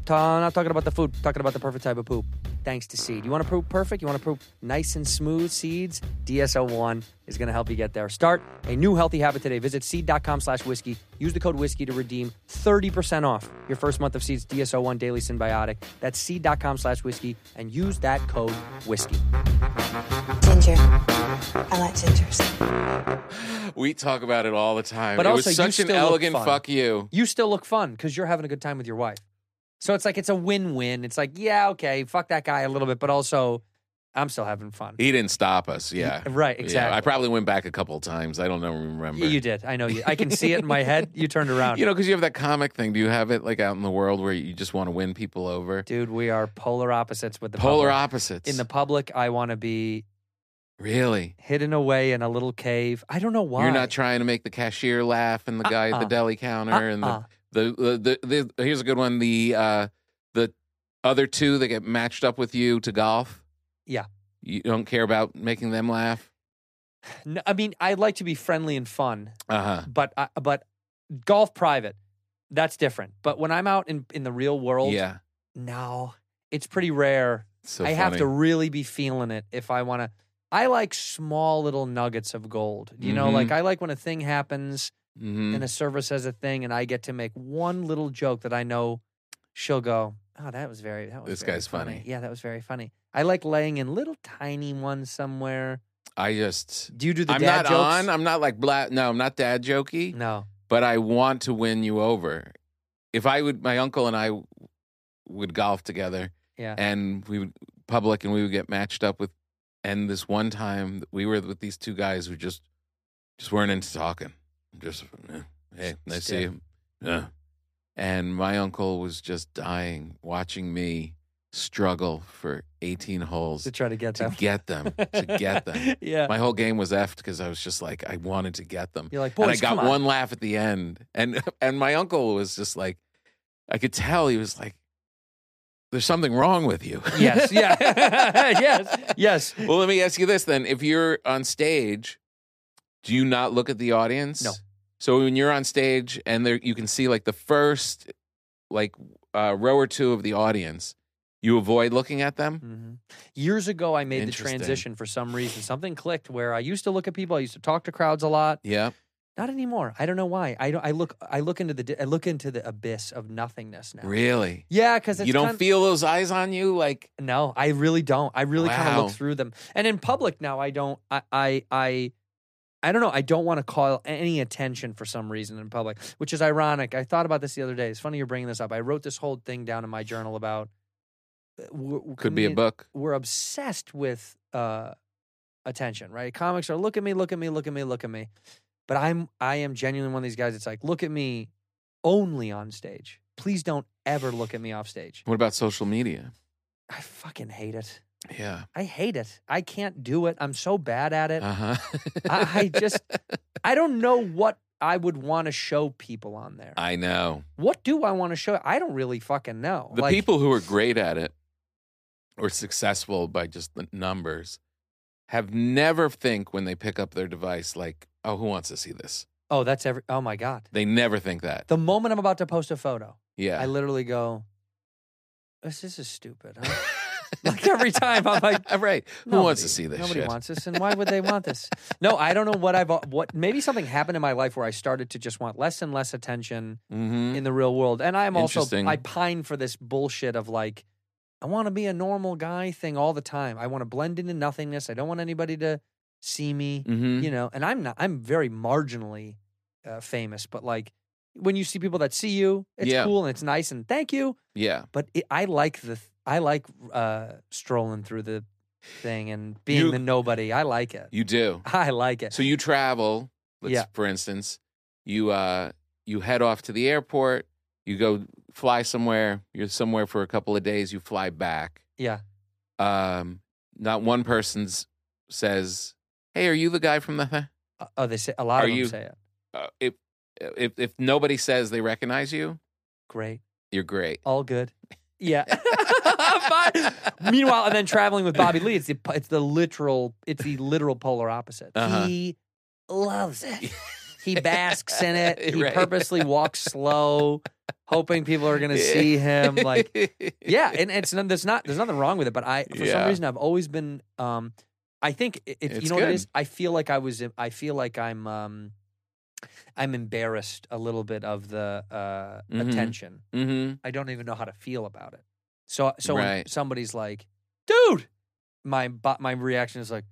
S1: Ta- not talking about the food, talking about the perfect type of poop. Thanks to seed. You want to poop perfect? You want to poop nice and smooth seeds? DSO1 is going to help you get there. Start a new healthy habit today. Visit seed.com slash whiskey. Use the code whiskey to redeem 30% off your first month of seeds DSO1 daily symbiotic. That's seed.com slash whiskey and use that code whiskey.
S8: Ginger. I like gingers.
S9: We talk about it all the time.
S1: But
S9: it
S1: also, you
S9: was such
S1: still
S9: an
S1: look
S9: elegant
S1: fun.
S9: fuck you.
S1: You still look fun because you're having a good time with your wife. So it's like it's a win win. It's like, yeah, okay, fuck that guy a little bit, but also I'm still having fun.
S9: He didn't stop us. Yeah.
S1: Right,
S9: Yeah, I
S1: exactly.
S9: probably went back a couple times. I don't know, remember.
S1: Yeah, you did. I know you. I can see it in my head. You turned around.
S9: You know, because you have that comic thing. Do you have it like out in the world where you just want to win people over?
S1: dude, we are polar opposites with the
S9: Polar
S1: public.
S9: opposites.
S1: In the public, I want to be
S9: really,
S1: hidden away in a little cave. I don't know why.
S9: you're not trying to make the cashier laugh and the guy at the
S1: Uh-uh.
S9: deli counter and
S1: Uh-uh.
S9: the, the, the, the, the here's a good one. The uh, the other two that get matched up with you to golf.
S1: Yeah.
S9: You don't care about making them laugh.
S1: No, I mean, I like to be friendly and fun,
S9: Uh huh.
S1: but I, but golf private, that's different. But when I'm out in in the real world,
S9: Yeah.
S1: no, it's pretty rare.
S9: So
S1: I have
S9: funny.
S1: to really be feeling it if I want to. I like small little nuggets of gold. You know,
S9: Mhm.
S1: like I like when a thing happens
S9: Mhm.
S1: and a server says a thing, and I get to make one little joke that I know she'll go, "Oh, that was very that was
S9: This
S1: very
S9: guy's funny."
S1: Yeah, that was very funny. I like laying in little tiny ones somewhere.
S9: I just.
S1: Do you do the
S9: I'm
S1: dad
S9: not
S1: jokes?
S9: on. I'm not like bla No, I'm not dad jokey.
S1: no,
S9: but I want to win you over. If I would, my uncle and I would golf together,
S1: yeah,
S9: and we would public, and we would get matched up with. And this one time, we were with these two guys who just just weren't into talking. Just eh, hey, nice to see
S1: Stiff.
S9: you. Yeah. And my uncle was just dying watching me struggle for 18 holes
S1: to try to get
S9: to
S1: them,
S9: get them, to get them.
S1: yeah,
S9: My whole game was effed because I was just like, I wanted to get them
S1: you're like, boys,
S9: and I got
S1: come on."
S9: one laugh at the end. And and my uncle was just like, I could tell he was like, "There's something wrong with you."
S1: yes, yeah, yes, yes.
S9: well, let me ask you this then: If you're on stage, do you not look at the audience?
S1: No.
S9: So when you're on stage and there, you can see like the first, like uh, row or two of the audience, you avoid looking at them.
S1: Mhm. Years ago, I made the
S9: Interesting.
S1: transition for some reason. Something clicked where I used to look at people. I used to talk to crowds a lot.
S9: Yeah.
S1: Not anymore. I don't know why. I don't. I look. I look into the. di- I look into the abyss of nothingness now.
S9: Really.
S1: Yeah, because
S9: You don't feel those eyes on you, like
S1: No, I really don't. I really kind of
S9: Wow.
S1: look through them. And in public now, I don't. I I I, I don't know. I don't want to call any attention for some reason in public, which is ironic. I thought about this the other day. It's funny you're bringing this up. I wrote this whole thing down in my journal about. uh, w- w-
S9: could be a
S1: comedian-
S9: book.
S1: We're obsessed with uh, attention, right? Comics are look at me, look at me, look at me, look at me. But I'm I am genuinely one of these guys. It's like look at me only on stage. Please don't ever look at me off stage.
S9: What about social media?
S1: I fucking hate it.
S9: Yeah.
S1: I hate it. I can't do it. I'm so bad at it.
S9: Uh huh.
S1: I, I just, I don't know what I would want to show people on there.
S9: I know.
S1: what do I want to show? I don't really fucking know.
S9: The people who are great at it or successful by just the numbers have never think when they pick up their device like, "Oh, who wants to see this?"
S1: Oh, that's every. Oh my god.
S9: They never think that.
S1: The moment I'm about to post a photo,
S9: yeah.
S1: I literally go, "This, this is stupid." Huh? Like every time I'm like,
S9: Uh, right. Who wants to see this
S1: Nobody
S9: shit?
S1: wants this, and why would they want this? No, I don't know what I've what. Maybe something happened in my life where I started to just want less and less attention
S9: Mhm.
S1: in the real world, and I'm also
S9: Interesting.
S1: I pine for this bullshit of like, I want to be a normal guy thing all the time. I want to blend into nothingness. I don't want anybody to see me,
S9: Mhm.
S1: you know. And I'm not. I'm very marginally uh, famous, but like when you see people that see you, it's
S9: Yeah.
S1: cool and it's nice and thank you.
S9: Yeah.
S1: But it, I like the I like uh, strolling through the thing and being
S9: You-
S1: the nobody. I like it.
S9: You do.
S1: I like it.
S9: So you travel, let's,
S1: Yeah.
S9: for instance, you uh you head off to the airport, you go fly somewhere, you're somewhere for a couple of days, you fly back.
S1: yeah.
S9: Um not one person's says, "Hey, are you the guy from the huh?"
S1: Uh, Oh, they say a lot
S9: Are
S1: of them
S9: you-
S1: say it.
S9: uh, if if if nobody says they recognize you,
S1: Great.
S9: you're great.
S1: All good. Yeah. Fine. Meanwhile, and then traveling with Bobby Lee, it's the it's the literal it's the literal polar opposite.
S9: Uh-huh.
S1: He loves it. He basks in it. He
S9: Right.
S1: purposely walks slow, hoping people are going to
S9: Yeah.
S1: see him. Like yeah, and it's not, there's not there's nothing wrong with it, but I for some
S9: Yeah.
S1: reason I've always been um I think it, it's you
S9: It's
S1: know what it
S9: good.
S1: is. I feel like I was I feel like I'm um I'm embarrassed a little bit of the uh
S9: Mhm.
S1: attention.
S9: hmm
S1: I don't even know how to feel about it. So so when
S9: Right.
S1: somebody's like, "Dude," my bo- my reaction is like,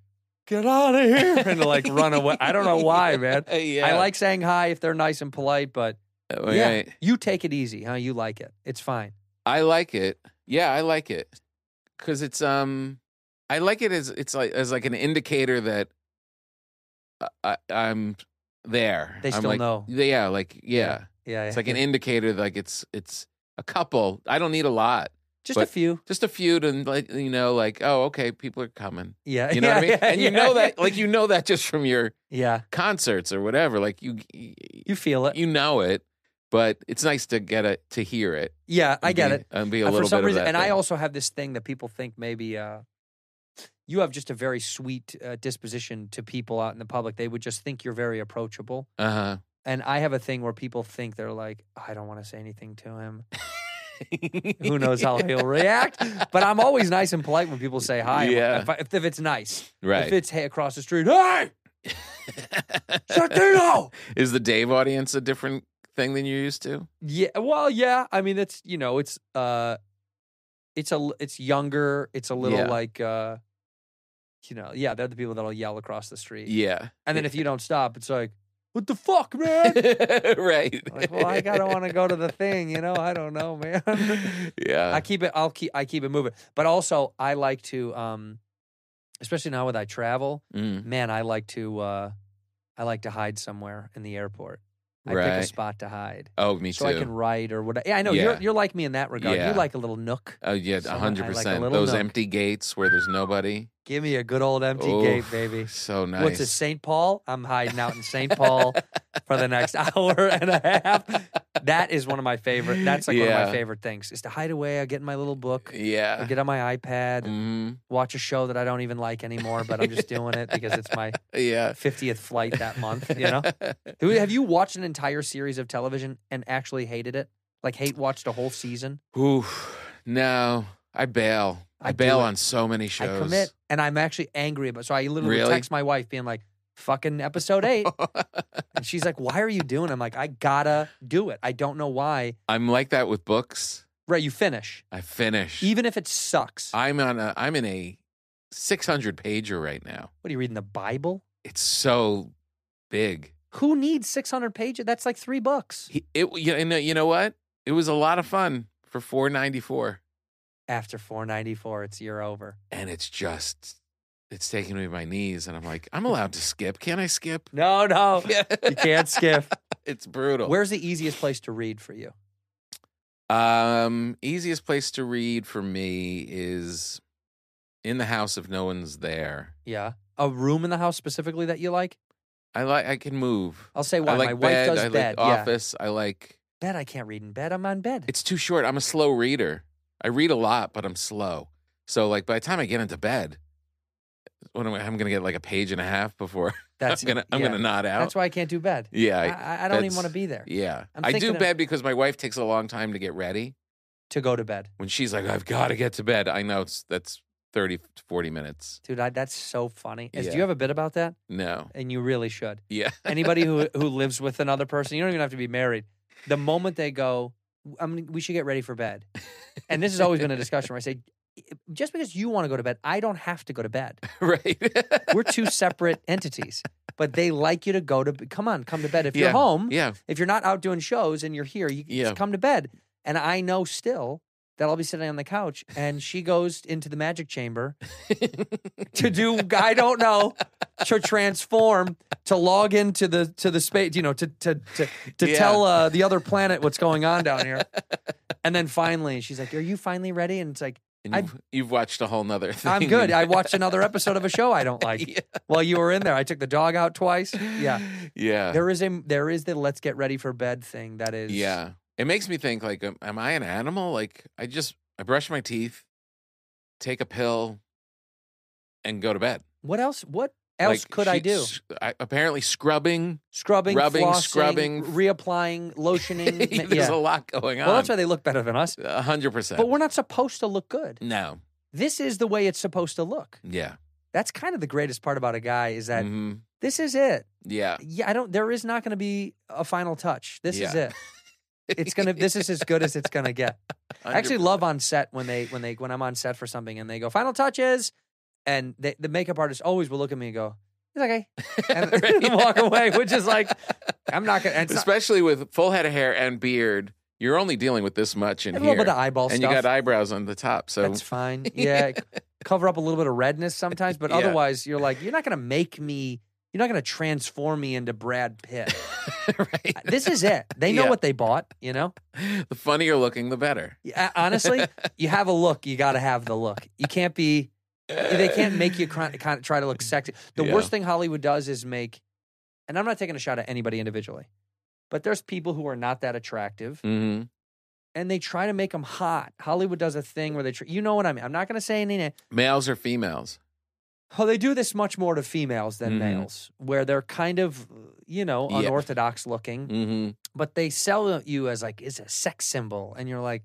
S1: "Get out of here!" and like run away. I don't know why, man.
S9: Yeah.
S1: I like saying hi if they're nice and polite, but
S9: Oh,
S1: yeah,
S9: right.
S1: you take it easy, huh? You like it. It's fine.
S9: I like it. Yeah, I like it because it's um, I like it as it's like as like an indicator that I, I, I'm there.
S1: They
S9: I'm
S1: still
S9: like-
S1: know.
S9: Yeah, like yeah.
S1: Yeah,
S9: it's like an
S1: yeah.
S9: indicator. Like it's it's a couple. I don't need a lot.
S1: just a
S9: but-
S1: few.
S9: Just a few to like you know like oh okay people are coming.
S1: Yeah,
S9: You know
S1: yeah,
S9: what I mean?
S1: yeah,
S9: and you
S1: yeah,
S9: know that
S1: yeah.
S9: like you know that just from your
S1: yeah,
S9: concerts or whatever. Like you you,
S1: you feel it.
S9: know it, but it's nice to get it to hear it.
S1: yeah, I
S9: and
S1: get
S9: be-
S1: it.
S9: And be a
S1: Uh,
S9: little
S1: for some
S9: bit
S1: reason,
S9: of that.
S1: and I
S9: thing.
S1: also have this thing that people think maybe uh, you have just a very sweet uh, disposition to people out in the public. They would just think you're very approachable.
S9: uh-huh.
S1: And I have a thing where people think they're like, I don't want to say anything to him. Who knows how he'll react? But I'm always nice and polite when people say hi.
S9: Yeah.
S1: If, I, if, if it's nice,
S9: Right.
S1: If it's hey across the street, hey, Santino.
S9: Is the Dave audience a different thing than you're used to?
S1: Yeah, well, yeah. I mean, it's you know, it's uh, it's a l- it's younger. It's a little
S9: Yeah.
S1: like uh, you know, yeah. They're the people that'll yell across the street,
S9: Yeah.
S1: and then if you don't stop, it's like, what the fuck, man?
S9: right.
S1: like, well, I gotta want to go to the thing, you know. I don't know, man. I
S9: Yeah.
S1: keep it. I'll keep. I keep it moving. But also, I like to, um, especially now when I travel,
S9: Mm.
S1: man, I like to, uh, I like to hide somewhere in the airport. I pick a
S9: Right.
S1: spot to hide.
S9: Oh, me
S1: so
S9: too.
S1: I can write or whatever. Yeah, I know
S9: Yeah.
S1: you're you're like me in that regard.
S9: Yeah.
S1: You like a little nook.
S9: Oh yeah,
S1: So I like a
S9: hundred percent.
S1: little
S9: Those
S1: nook.
S9: empty gates where there's nobody.
S1: Give me a good old empty gate,
S9: Oof,
S1: baby.
S9: So nice.
S1: What's it, St. Paul? I'm hiding out in St. Paul for the next hour and a half. That is one of my favorite. That's like one of my
S9: Yeah.
S1: favorite things is to hide away. I get my little book. I
S9: Yeah.
S1: get on my iPad and
S9: hmm
S1: watch a show that I don't even like anymore, but I'm just doing it because it's my
S9: Mm-hmm. Yeah.
S1: 50th flight that month. You know, Who- have you watched an entire series of television and actually hated it? Like hate watched a whole season?
S9: Oof. No, I bail. I,
S1: I do
S9: bail
S1: it.
S9: on so many shows.
S1: I commit, and I'm actually angry about. So I literally
S9: Really?
S1: text my wife, being like, "Fucking episode eight. and she's like, "Why are you doing?" I'm like, "I gotta do it. I don't know why."
S9: I'm like that with books.
S1: Right? You finish,
S9: I finish.
S1: even if it sucks.
S9: I'm on a. I'm in a 600 pager right now.
S1: what are you reading? The Bible?
S9: It's so big.
S1: Who needs 600 pages? That's like three books.
S9: He, it. You know. uh, You know what? It was a lot of fun for 4.94,
S1: After 494, it's you're over.
S9: and it's just. It's taking me to my knees, and I'm like, I'm allowed to skip. Can I skip?
S1: No, no,
S9: Yeah.
S1: you can't skip.
S9: It's brutal.
S1: Where's the easiest place to read for you?
S9: Um, easiest place to read for me is in the house if no one's there.
S1: Yeah, a room in the house specifically that you like.
S9: I like I can move.
S1: I'll say
S9: I
S1: Oh, why.
S9: like
S1: my wife
S9: bed.
S1: does
S9: I
S1: bed.
S9: like
S1: yeah,
S9: office. I like
S1: bed. I can't read in bed. I'm on bed.
S9: it's too short. I'm a slow reader. I read a lot, but I'm slow. So like by the time I get into bed, what am I, I'm gonna get like a page and a half before
S1: That's
S9: I'm gonna I'm
S1: yeah.
S9: gonna nod out.
S1: That's why I can't do bed.
S9: yeah,
S1: I, I don't even
S9: that's-
S1: want to be there.
S9: Yeah,
S1: I'm
S9: I do
S1: thinking of-
S9: bed because my wife takes a long time to get ready.
S1: to go to bed.
S9: When she's like, I've got to get to bed. I know it's that's 30 to 40 minutes.
S1: Dude, I, that's so funny. Is, Do
S9: Yeah.
S1: you have a bit about that?
S9: No.
S1: And you really should.
S9: Yeah.
S1: Anybody who who lives with another person, you don't even have to be married. The moment they go, I mean, we should get ready for bed. And this has always been a discussion where I say, just because you want to go to bed, I don't have to go to bed.
S9: right.
S1: We're two separate entities. But they like you to go to come on, come to bed. If you're
S9: Yeah.
S1: home,
S9: yeah.
S1: if you're not out doing shows and you're here, you
S9: Yeah.
S1: just come to bed. And I know still that I'll be sitting on the couch and she goes into the magic chamber to do I don't know to transform to log into the to the space you know to to to, to
S9: Yeah.
S1: tell uh, the other planet what's going on down here. And then finally she's like, "Are you finally ready?" And it's like,
S9: And
S1: I-
S9: you've, you've watched a whole nother thing.
S1: "I'm good. I watched another episode of a show I don't like."
S9: Yeah.
S1: While you were in there, I took the dog out twice. Yeah.
S9: yeah.
S1: There is a there is the let's get ready for bed thing that is
S9: Yeah. It makes me think like am, am I an animal? Like I just I brush my teeth, take a pill and go to bed.
S1: What else? What else
S9: Like,
S1: could I
S9: she-
S1: do?
S9: s- I- apparently scrubbing.
S1: Scrubbing,
S9: rubbing,
S1: flossing,
S9: scrubbing.
S1: reapplying, lotioning. ma-
S9: There's
S1: Mm, yeah.
S9: a lot going on.
S1: Well, that's why they look better than us.
S9: A hundred percent.
S1: But we're not supposed to look good.
S9: no.
S1: This is the way it's supposed to look.
S9: Yeah.
S1: That's kind of the greatest part about a guy is that
S9: hmm
S1: this is it.
S9: Yeah.
S1: Yeah, I don't. There is not going to be a final touch. This is
S9: Yeah.
S1: it. It's gonna. This is as good as it's gonna get. I actually love on set when they when they when I'm on set for something and they go final touches, and they, the makeup artist always will look at me and go, "It's okay," and
S9: Right.
S1: walk away, which is like, I'm not gonna. And it's not-
S9: especially with full head of hair and beard. You're only dealing with this much in
S1: a
S9: here,
S1: little bit of eyeball
S9: and
S1: stuff.
S9: you got eyebrows on the top. So
S1: That's fine. Yeah, c- cover up a little bit of redness sometimes, but
S9: Yeah.
S1: otherwise, you're like, you're not gonna make me. You're not gonna transform me into Brad Pitt.
S9: right,
S1: this is it. They know
S9: Yeah.
S1: what they bought. You know.
S9: the funnier looking, the better.
S1: Yeah, honestly, you have a look. You got to have the look. You can't be. They can't make you cr- kind of try to look sexy. The
S9: Yeah.
S1: worst thing Hollywood does is make. And I'm not taking a shot at anybody individually, but there's people who are not that attractive,
S9: hmm
S1: and they try to make them hot. Hollywood does a thing where they, tr- you know what I mean. I'm not going to say any name.
S9: Males or females?
S1: Oh, they do this much more to females than
S9: Mhm.
S1: males, where they're kind of, uh, you know,
S9: Yeah.
S1: unorthodox looking.
S9: hmm
S1: but they sell you as like it's a sex symbol and you're like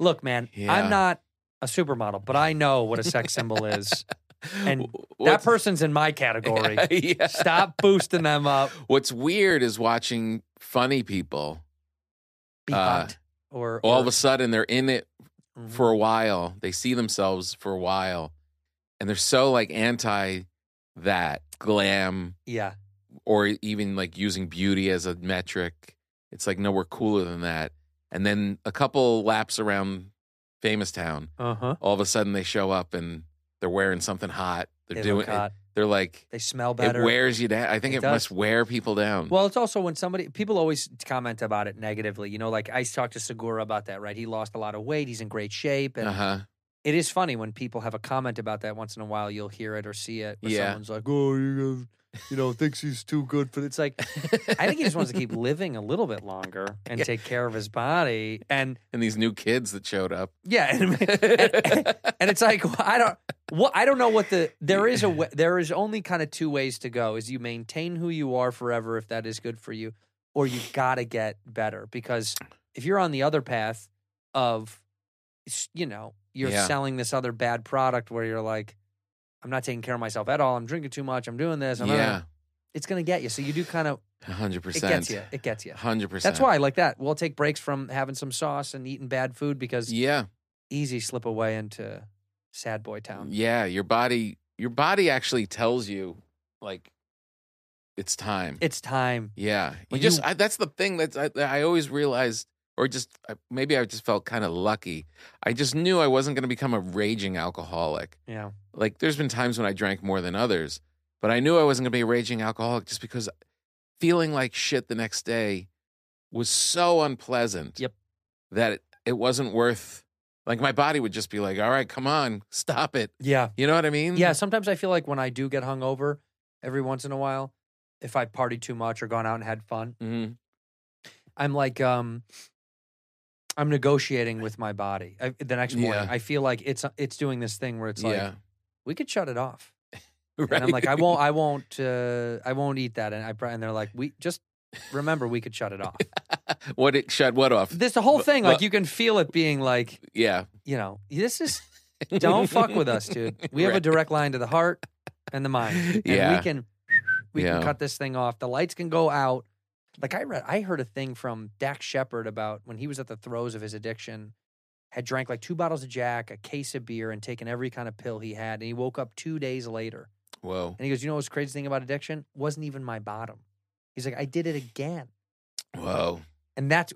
S1: look man i'm
S9: Yeah.
S1: not a supermodel but i know what a sex symbol is and that
S9: What's-
S1: person's in my category
S9: yeah.
S1: stop boosting them up
S9: What's weird is watching funny people.
S1: be
S9: Uh,
S1: hot or,
S9: All
S1: or-
S9: of a sudden, they're in it
S1: Mhm.
S9: for a while. They see themselves for a while, and they're so like anti that glam
S1: yeah
S9: or even like using beauty as a metric. It's like, no, we're cooler than that. And then a couple laps around Famous Town,
S1: uh-huh
S9: all of a sudden they show up and they're wearing something hot. They're
S1: They
S9: doing
S1: look hot.
S9: They're like,
S1: they smell
S9: it
S1: better
S9: wears you down. I think
S1: It
S9: it,
S1: does.
S9: must wear people down.
S1: well it's also when somebody people always comment about it negatively you know like i talked to segura about that right he lost a lot of weight he's in great shape and
S9: uh huh.
S1: it is funny when people have a comment about that once in a while you'll hear it or see it where
S9: Yeah.
S1: someone's like oh you, know, you know thinks he's too good for it's like i think he just wants to keep living a little bit longer and take care of his body and
S9: And these new kids that showed up.
S1: yeah and, and, and it's like i don't what i don't know what the there is a way, there is only kind of two ways to go is you maintain who you are forever if that is good for you or you gotta get better because if you're on the other path of s- you know you're
S9: Yeah.
S1: selling this other bad product where you're like i'm not taking care of myself at all i'm drinking too much i'm doing this I'm not-
S9: yeah,
S1: it's gonna get you so you do kind of
S9: hundred
S1: it
S9: percent.
S1: gets you it gets you
S9: Hundred percent.
S1: that's why i like that we'll take breaks from having some sauce and eating bad food because
S9: Yeah,
S1: easy slip away into sad boy town
S9: yeah. Your body, your body actually tells you, like, it's time.
S1: it's time
S9: Yeah, you
S1: When
S9: just
S1: you-
S9: I, that's the thing that I, that I always realized, or just I- maybe I just felt kind of lucky. I just knew I wasn't going to become a raging alcoholic.
S1: yeah
S9: Like there's been times when I drank more than others, but I knew I wasn't going to be a raging alcoholic just because feeling like shit the next day was so unpleasant.
S1: Yep.
S9: That it, it wasn't worth. Like my body would just be like, "All right, come on, stop it."
S1: yeah
S9: You know what I mean?
S1: yeah sometimes i feel like when i do get hungover every once in a while if i party too much or gone out and had fun
S9: hmm
S1: I'm like um I'm negotiating with my body. I, the next morning,
S9: Yeah.
S1: I feel like it's it's doing this thing where it's like
S9: Yeah.
S1: we could shut it off,
S9: Right.
S1: and I'm like I won't I won't uh, I won't eat that, and I pro- and they're like we just remember we could shut it off.
S9: What it shut what off?
S1: This the whole
S9: But-
S1: thing, like
S9: but-
S1: you can feel it being like,
S9: Yeah.
S1: you know, this is don't fuck with us, dude. We have a
S9: Right.
S1: direct line to the heart and the mind. And
S9: Yeah.
S1: we can we
S9: Yeah.
S1: can cut this thing off. The lights can go out. Like I read I heard a thing from Dak Shepard about when he was at the throes of his addiction, had drank like two bottles of Jack, a case of beer, and taken every kind of pill he had. And he woke up two days later.
S9: Whoa.
S1: And he goes, You know what's the crazy thing about addiction? Wasn't even my bottom. He's like, I did it again.
S9: Whoa.
S1: And that's,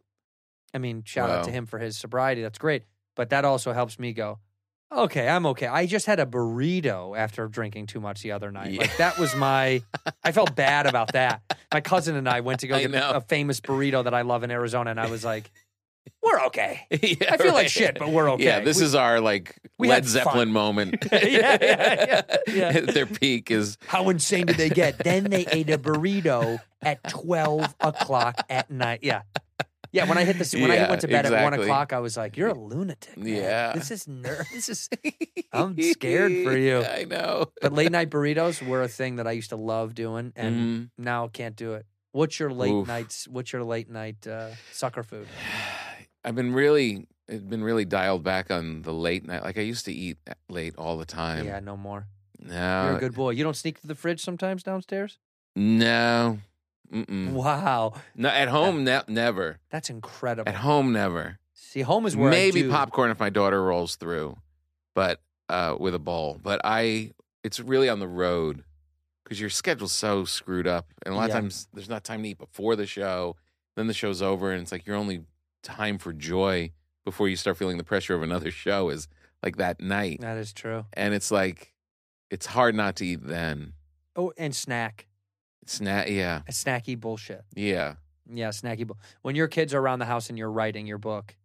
S1: I mean, shout out to
S9: Wow.
S1: him for his sobriety. That's great. But that also helps me go, okay, I'm okay. I just had a burrito after drinking too much the other night.
S9: Yeah.
S1: Like that was my, I felt bad about that. My cousin and I went to go
S9: I
S1: get
S9: know.
S1: a famous burrito that I love in Arizona. And I was like, we're okay.
S9: Yeah,
S1: I feel like
S9: right.
S1: shit, but we're okay.
S9: Yeah, this
S1: We-
S9: is our like
S1: we
S9: Led
S1: had
S9: Zeppelin
S1: fun.
S9: moment.
S1: Yeah, yeah, yeah, yeah.
S9: At Their peak is
S1: How insane did they get? then they ate a burrito at twelve o'clock at night. Yeah, yeah. When I hit this, when I
S9: Yeah,
S1: went to bed at one
S9: exactly.
S1: o'clock, I was like, "You're a lunatic." man.
S9: Yeah.
S1: this is ner- This is. I'm scared for you.
S9: I know.
S1: But late night burritos were a thing that I used to love doing, and
S9: Mm-hmm.
S1: now can't do it. What's your late
S9: Oof.
S1: nights? What's your late night uh, sucker food?
S9: I've been really it's been really dialed back on the late night. Like I used to eat late all the time.
S1: yeah, no more.
S9: No.
S1: You're a good boy. You don't sneak to the fridge sometimes downstairs.
S9: No. Mm-mm.
S1: Wow,
S9: No, at home ne- never.
S1: that's incredible.
S9: Mm. At home never.
S1: See, home is where I
S9: Maybe
S1: do-
S9: popcorn if my daughter rolls through, but uh, with a bowl. But I, it's really on the road because your schedule's so screwed up, and a lot
S1: Yeah.
S9: of times there's not time to eat before the show. Then the show's over, and it's like your only time for joy before you start feeling the pressure of another show is like that night,
S1: That is true.
S9: and it's like it's hard not to eat then.
S1: Oh, and snack,
S9: It's not, yeah,
S1: a snacky bullshit.
S9: yeah.
S1: Yeah, snacky. Bu- when your kids are around the house and you're writing your book,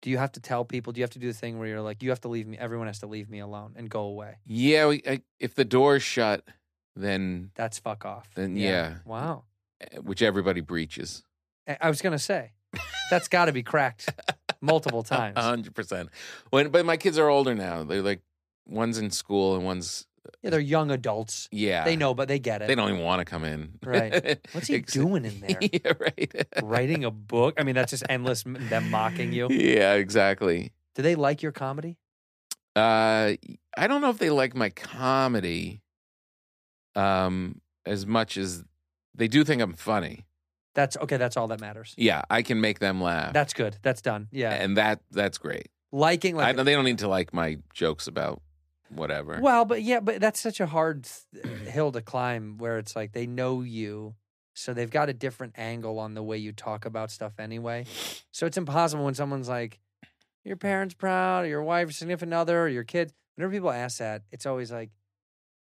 S1: do you have to tell people? Do you have to do the thing where you're like, you have to leave me. Everyone has to leave me alone and go away.
S9: Yeah, we, I, if the door's shut, then
S1: That's fuck off.
S9: Then, yeah.
S1: Wow.
S9: which everybody breaches.
S1: I I was gonna say, that's got to be cracked
S9: Uh,
S1: multiple times.
S9: A hundred percent. When but my kids are older now. They're like one's in school and one's
S1: yeah, they're young adults.
S9: yeah.
S1: They know, but they get it.
S9: They don't even want to come in.
S1: Right. What's he
S9: Ex-
S1: doing in there?
S9: yeah, right.
S1: Writing a book. I mean, that's just endless. m- Them mocking you.
S9: Yeah, exactly.
S1: Do they like your comedy?
S9: Uh, I don't know if they like my comedy, um, as much as they do think I'm funny.
S1: That's okay. That's all that matters.
S9: Yeah, I can make them laugh,
S1: That's good. That's done. Yeah.
S9: and that that's great.
S1: Liking like
S9: I, they don't need to like my jokes about whatever.
S1: Well, but yeah, but that's such a hard th- hill to climb where it's like they know you. So they've got a different angle on the way you talk about stuff anyway. So it's impossible when someone's like, your parents proud, or your wife, significant other, or your kids. Whenever people ask that, it's always like,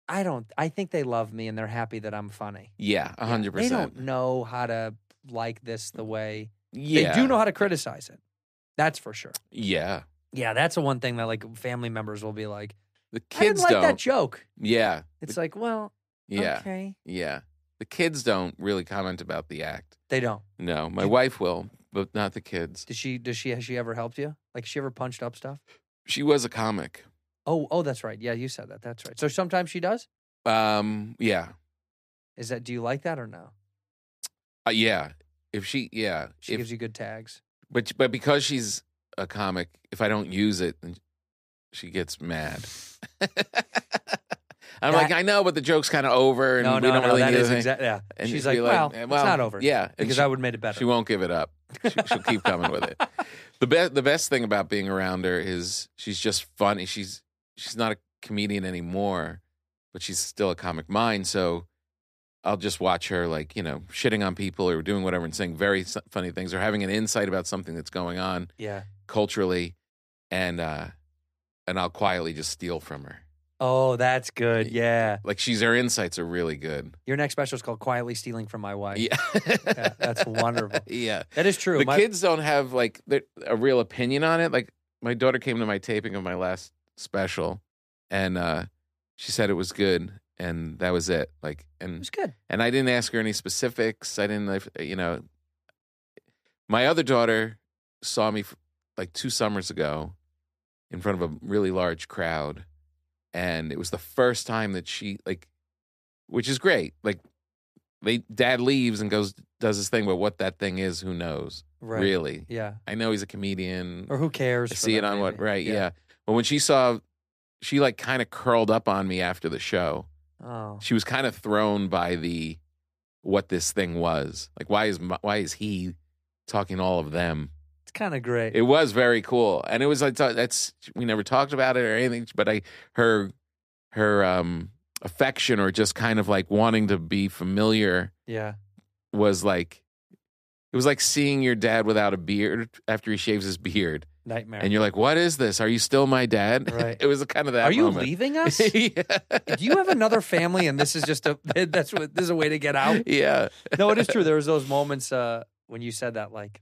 S1: I don't, I think they love me and they're happy that I'm funny.
S9: yeah, a
S1: Yeah,
S9: hundred
S1: They don't
S9: percent.
S1: know how to like this the way
S9: Yeah,
S1: they do know how to criticize it. That's for sure.
S9: Yeah,
S1: Yeah, that's the one thing that like family members will be like,
S9: the kids
S1: I didn't like
S9: don't.
S1: that joke.
S9: Yeah.
S1: It's like, well,
S9: Yeah.
S1: Okay.
S9: Yeah. The kids don't really comment about the act.
S1: They don't.
S9: No, my wife will, but not the kids.
S1: Did she? Does she? Has she ever helped you? Like, has she ever punched up stuff?
S9: She was a comic.
S1: Oh, oh, that's right. Yeah, you said that. That's right. So sometimes she does.
S9: Um, yeah.
S1: Is that? Do you like that or no?
S9: Uh, yeah. If she yeah,
S1: She
S9: if,
S1: gives you good tags.
S9: but but because she's a comic, if I don't use it, then she gets mad. I'm
S1: That-
S9: like, I know, but the joke's kind of over, and
S1: no,
S9: we
S1: no,
S9: don't
S1: no.
S9: really
S1: that
S9: need
S1: is
S9: anything.
S1: exactly. Yeah.
S9: And
S1: She's
S9: she'd
S1: like,
S9: be
S1: well,
S9: eh,
S1: it's not over.
S9: Yeah, and
S1: because
S9: she-
S1: I would have made it better.
S9: She won't give it up. She, she'll keep coming with it. The best, the best thing about being around her is she's just funny. She's she's not a comedian anymore, but she's still a comic mind. So I'll just watch her, like you know, shitting on people or doing whatever and saying very s- funny things or having an insight about something that's going on
S1: Yeah.
S9: culturally, and uh and I'll quietly just steal from her.
S1: Oh, that's good. Yeah.
S9: Like she's her insights are really good.
S1: Your next special is called "Quietly Stealing from My Wife."
S9: Yeah,
S1: Yeah, that's wonderful.
S9: yeah.
S1: That is true.
S9: The
S1: My-
S9: kids don't have like their- a real opinion on it. Like my daughter came to my taping of my last special, and uh, she said it was good, and that was it. Like,
S1: It
S9: and
S1: was good.
S9: and I didn't ask her any specifics. I didn't, like, you know. My other daughter saw me f- like two summers ago in front of a really large crowd, and it was the first time that she like, which is great. Like They dad leaves and goes does his thing, but what that thing is, who knows?
S1: Right.
S9: Really,
S1: Yeah.
S9: I know he's a comedian.
S1: Or who cares?
S9: I
S1: for
S9: see it
S1: them,
S9: on what
S1: maybe.
S9: right? Yeah. But when she saw, she like kind of curled up on me after the show.
S1: Oh.
S9: She was kind of thrown by the what this thing was. Like why is my, why is he talking to all of them?
S1: It's kind of great.
S9: It was very cool, and it was like that's we never talked about it or anything. But I her her um affection or just kind of like wanting to be familiar
S1: yeah.
S9: was like it was like seeing your dad without a beard after he shaves his beard,
S1: Nightmare.
S9: and you're like, "What is this? Are you still my dad?"
S1: Right.
S9: it was kind of that.
S1: Are you
S9: moment.
S1: leaving us?
S9: yeah.
S1: Do you have another family and this is just a that's what this is a way to get out?
S9: yeah.
S1: no, it is true. There was those moments uh, when you said that, like,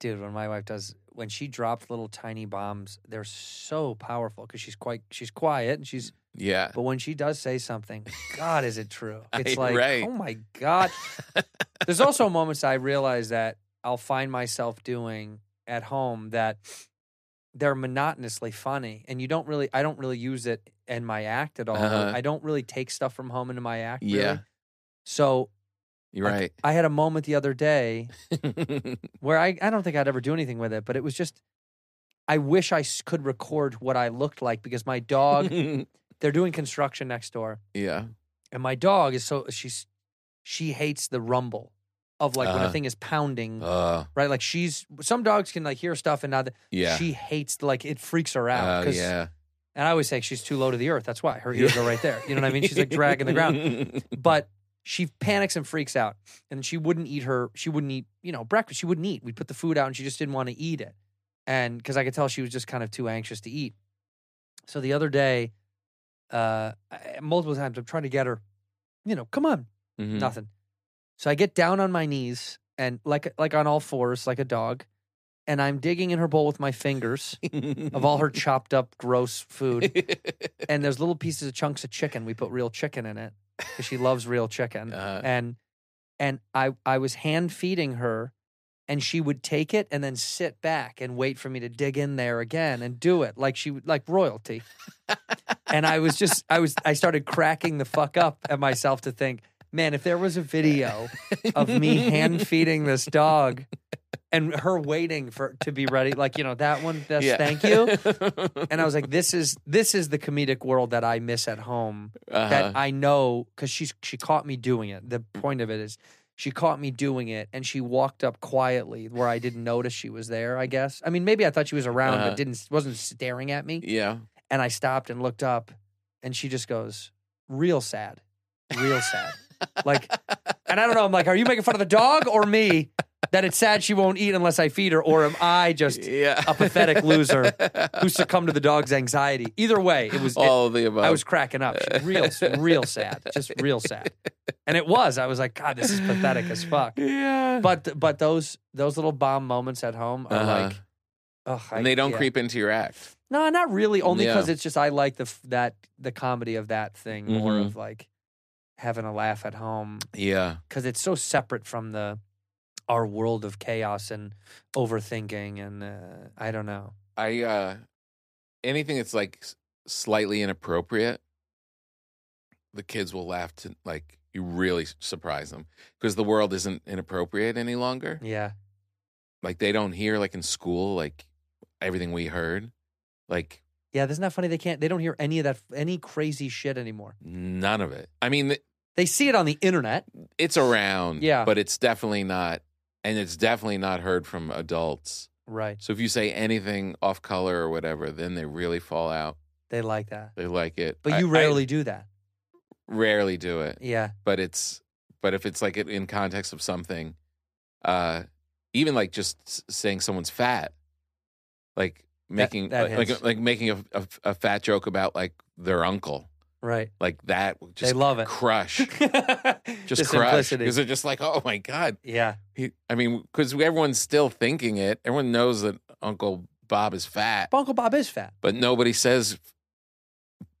S1: dude, when my wife does, when she dropped little tiny bombs, they're so powerful because she's quite, she's quiet and she's,
S9: Yeah.
S1: but when she does say something, God, is it true? It's
S9: I-
S1: like,
S9: right.
S1: oh my God. There's also moments I realize that I'll find myself doing at home that they're monotonously funny and you don't really i don't really use it in my act at all Like,
S9: Uh-huh.
S1: i don't really take stuff from home into my act
S9: Yeah.
S1: really. so
S9: You're right.
S1: I had a moment the other day where I, I don't think I'd ever do anything with it, but it was just, I wish I s- could record what I looked like because my dog, they're doing construction next door.
S9: yeah.
S1: And my dog is so, she's, she hates the rumble of like when a
S9: Uh-huh.
S1: thing is pounding,
S9: Uh,
S1: right? Like she's, some dogs can like hear stuff and not,
S9: yeah.
S1: she hates, like it freaks her out.
S9: Oh,
S1: 'cause-
S9: yeah.
S1: And I always say she's too low to the earth. That's why her ears are right there. You know what I mean? She's like dragging the ground but she panics and freaks out and she wouldn't eat her she wouldn't eat you know breakfast she wouldn't eat we'd put the food out and she just didn't want to eat it and because i could tell she was just kind of too anxious to eat so the other day uh I- multiple times i'm trying to get her you know come on
S9: Mhm.
S1: nothing so i get down on my knees and like like on all fours like a dog and i'm digging in her bowl with my fingers of all her chopped up gross food and there's little pieces of chunks of chicken. We put real chicken in it because she loves real chicken.
S9: Uh-huh.
S1: and and I I was hand feeding her, and she would take it and then sit back and wait for me to dig in there again and do it like she would- like royalty. and I was just I was I started cracking the fuck up at myself to think, man, if there was a video of me hand feeding this dog. And her waiting for to be ready, like you know that one. That's
S9: Yeah.
S1: thank you and I was like, "This is this is the comedic world that I miss at home.
S9: Uh-huh.
S1: That I know because she's she caught me doing it. The point of it is, she caught me doing it, and she walked up quietly where I didn't notice she was there. I guess. I mean, maybe I thought she was around,
S9: Uh-huh.
S1: but didn't wasn't staring at me.
S9: yeah.
S1: And I stopped and looked up, and she just goes, "Real sad, real sad." like, and I don't know. I'm like, "Are you making fun of the dog or me?" That it's sad she won't eat unless I feed her, or am I just
S9: Yeah.
S1: a pathetic loser who succumbed to the dog's anxiety. Either way, it was.
S9: all
S1: it-
S9: of the above.
S1: I was cracking up. She- Real, real sad. Just real sad. And it was. I was like, God, this is pathetic as fuck.
S9: Yeah.
S1: But but those those little bomb moments at home are
S9: Uh-huh.
S1: like, ugh, I-
S9: and they don't
S1: yeah.
S9: creep into your act.
S1: No, not really. Only
S9: Yeah.
S1: because it's just I like the f- that the comedy of that thing more
S9: Mhm.
S1: of like having a laugh at home
S9: Yeah.
S1: because it's so separate from the our world of chaos and overthinking and uh, I don't know.
S9: I uh anything that's like s- slightly inappropriate, the kids will laugh to like you really s- surprise them because the world isn't inappropriate any longer.
S1: Yeah.
S9: Like they don't hear like in school like everything we heard, like
S1: Yeah, isn't that funny? They can't. They don't hear any of that, any crazy shit anymore.
S9: none of it. I mean, th-
S1: They see it on the internet.
S9: it's around,
S1: Yeah.
S9: but it's definitely not, and it's definitely not heard from adults.
S1: Right.
S9: So if you say anything off color or whatever, then they really fall out.
S1: They like that.
S9: They like it,
S1: But
S9: I-
S1: you
S9: I
S1: rarely do that.
S9: rarely do it.
S1: Yeah.
S9: but it's but if it's like in- in context of something uh even like just s- saying someone's fat like making
S1: that
S9: like,
S1: hits.
S9: like making a, a a fat joke about like their uncle
S1: Right.
S9: like that would just
S1: they love it.
S9: crush just
S1: The
S9: crush
S1: simplicity.
S9: because they're just like oh my god
S1: Yeah.
S9: he, i mean because everyone's still thinking it everyone knows that uncle bob is fat
S1: But Uncle Bob is fat.
S9: but nobody says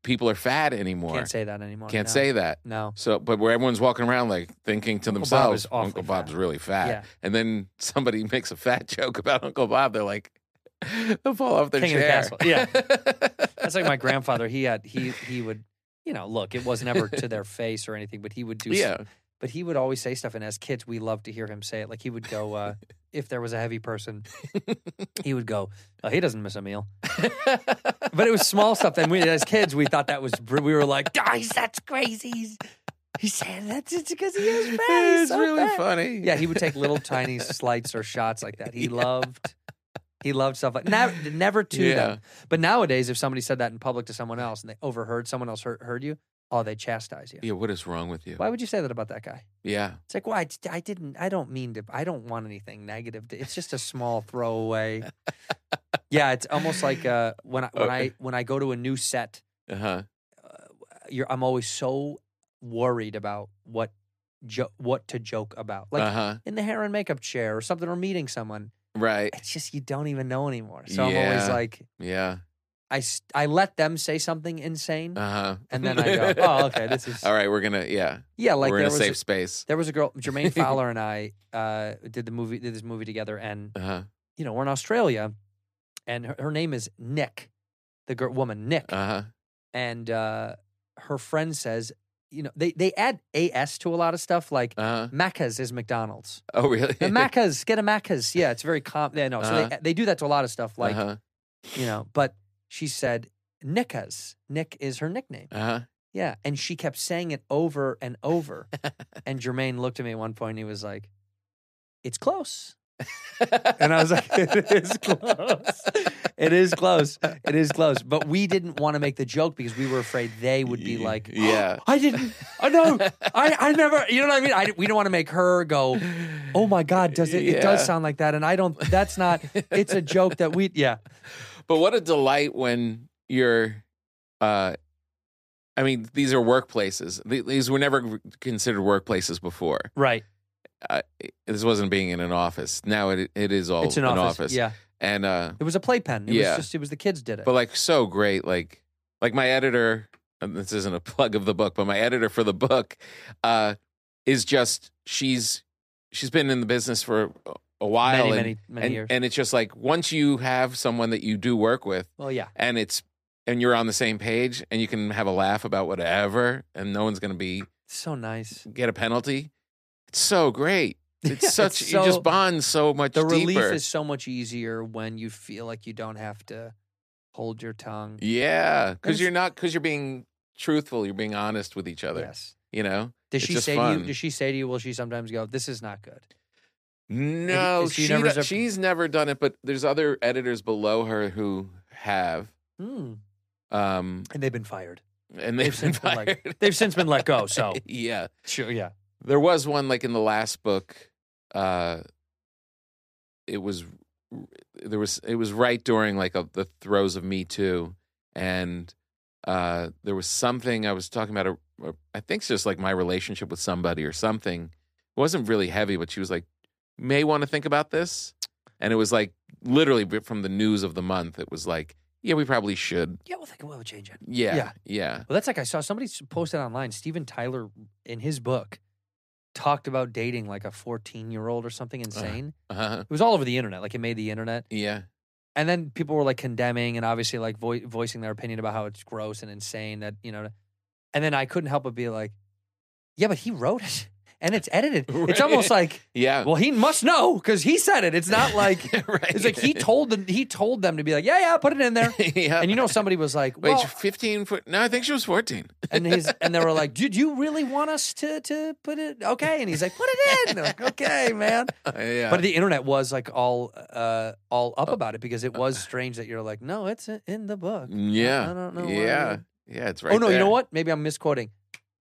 S9: people are fat anymore
S1: Can't say that anymore.
S9: Can't
S1: no.
S9: say that
S1: No.
S9: so, but where everyone's walking around like thinking to
S1: Uncle Bob
S9: themselves,
S1: is awfully
S9: Uncle Bob's
S1: fat."
S9: really fat.
S1: Yeah.
S9: And then somebody makes a fat joke about Uncle Bob. They're like, they'll fall off their
S1: King of the
S9: chair.
S1: castle. Yeah. That's like my grandfather. He had he he would you know look. It was never to their face or anything, but he would do.
S9: yeah.
S1: Some, But he would always say stuff, and as kids, we loved to hear him say it. Like he would go, uh, if there was a heavy person, he would go, oh, "He doesn't miss a meal." but it was small stuff, and we, as kids, we thought that was br- we were like, "Guys, that's crazy." He's, he said that's it's because he is bad. He's
S9: it's
S1: so
S9: really
S1: bad."
S9: funny.
S1: Yeah, he would take little tiny slights or shots like that. He loved, he loved stuff like never, never to them. But nowadays, if somebody said that in public to someone else and they overheard someone else heard, heard you, oh, they chastise you.
S9: Yeah, what is wrong with you?
S1: Why would you say that about that guy?
S9: Yeah.
S1: It's like, well, I, d- I didn't, I don't mean to, I don't want anything negative. To, it's just a small throwaway. yeah, it's almost like uh, when I, when I
S9: Okay.
S1: when I go to a new set, uh,
S9: Uh huh.
S1: you're, I'm always so worried about what jo- what to joke about, like
S9: uh huh.
S1: in the hair and makeup chair or something, or meeting someone.
S9: Right.
S1: It's just you don't even know anymore. So I'm always
S9: Yeah.
S1: like,
S9: Yeah.
S1: I s- I let them say something insane,
S9: Uh huh.
S1: and then I go, oh, okay, this is
S9: All right, we're gonna yeah.
S1: yeah, like
S9: we're
S1: there
S9: in a
S1: was
S9: safe space.
S1: there was a girl, Jermaine Fowler and I uh, did the movie, did this movie together, and
S9: Uh huh.
S1: you know we're in Australia, and her, her name is Nick, the girl, woman Nick,
S9: Uh huh.
S1: and uh, her friend says, you know, they they add as to a lot of stuff, like
S9: Uh huh.
S1: Macca's is McDonald's,
S9: Oh really?
S1: the Macca's get a Macca's, yeah, it's very com. Yeah, no, so they
S9: Uh-huh.
S1: they do that to a lot of stuff, like
S9: uh huh.
S1: you know, but she said Nickas, Nick is her nickname.
S9: Uh huh.
S1: Yeah. And she kept saying it over and over. and Jermaine looked at me at one point and he was like, It's close. and I was like, It is close. It is close. It is close. But we didn't want to make the joke because we were afraid they would be like,
S9: Yeah.
S1: I didn't. Oh, no, I, I never. You know what I mean? I, we don't want to make her go. Oh my God, does it? It does
S9: Yeah.
S1: sound like that, and I don't. That's not. It's a joke that we. Yeah,
S9: But what a delight when you're uh I mean, these are workplaces. Th- These were never considered workplaces before.
S1: right.
S9: Uh, this wasn't being in an office. Now it it is all
S1: It's an office. Yeah,
S9: And uh
S1: it was a playpen. It
S9: Oh, Yeah.
S1: was just. It was the kids did it.
S9: but like so great like like my editor and this isn't a plug of the book but my editor for the book uh is just she's she's been in the business for a- a while
S1: Many,
S9: and,
S1: many, many
S9: and,
S1: years.
S9: and it's just like once you have someone that you do work with
S1: well, yeah.
S9: and it's and you're on the same page and you can have a laugh about whatever and no one's going to be
S1: So nice.
S9: get a penalty it's so great it's
S1: Yeah,
S9: such
S1: it's
S9: it
S1: so-
S9: just bonds so much
S1: The
S9: deeper
S1: relief is so much easier when you feel like you don't have to hold your tongue.
S9: yeah
S1: it's-
S9: cuz you're not cuz you're being truthful you're being honest with each other
S1: Yes.
S9: you know
S1: Does
S9: It's
S1: she
S9: just
S1: say to you?
S9: fun.
S1: Does she say to you? Will she sometimes go? This is not good.
S9: no
S1: is she
S9: she
S1: never
S9: do-
S1: zip-
S9: she's never done it but there's other editors below her who have
S1: Hmm.
S9: um
S1: And they've been fired.
S9: and they've been
S1: since been let-
S9: fired.
S1: they've since been let go. "Oh, So
S9: yeah
S1: sure, yeah.
S9: there was one like in the last book uh it was there was it was right during like a, the throes of me too and uh there was something i was talking about a, a, i think it's just like my relationship with somebody or something it wasn't really heavy but she was like may want to think about this and it was like literally from the news of the month it was like yeah we probably should
S1: Yeah, we'll think we'll change it.
S9: yeah
S1: Yeah.
S9: yeah, yeah.
S1: Well, that's like I saw somebody s- posted online. Steven Tyler, in his book, talked about dating like a 14 year old or something insane.
S9: uh
S1: It was all over the internet. Like it made the internet.
S9: yeah
S1: and then people were like condemning and obviously like vo- voicing their opinion about how it's gross and insane that you know and then i couldn't help but be like yeah but he wrote it and it's edited it's
S9: Right.
S1: almost like
S9: yeah
S1: well he must know because he said it it's not like
S9: Oh. right
S1: it's like he told them he told them to be like yeah yeah put it in there
S9: yeah
S1: and you know somebody was like
S9: Wait,
S1: well,
S9: she- 15 foot. No, I think she was 14.
S1: and his and they were like do, do you really want us to to put it okay and he's like put it in They're like okay man
S9: Oh, yeah. Oh.
S1: But the internet was like all uh, all up about it because it was strange that you're like, no, it's i- in the book.
S9: yeah.
S1: I don't know why
S9: Yeah.
S1: that-
S9: Yeah, it's right.
S1: oh no, you
S9: there.
S1: know what? Maybe I'm misquoting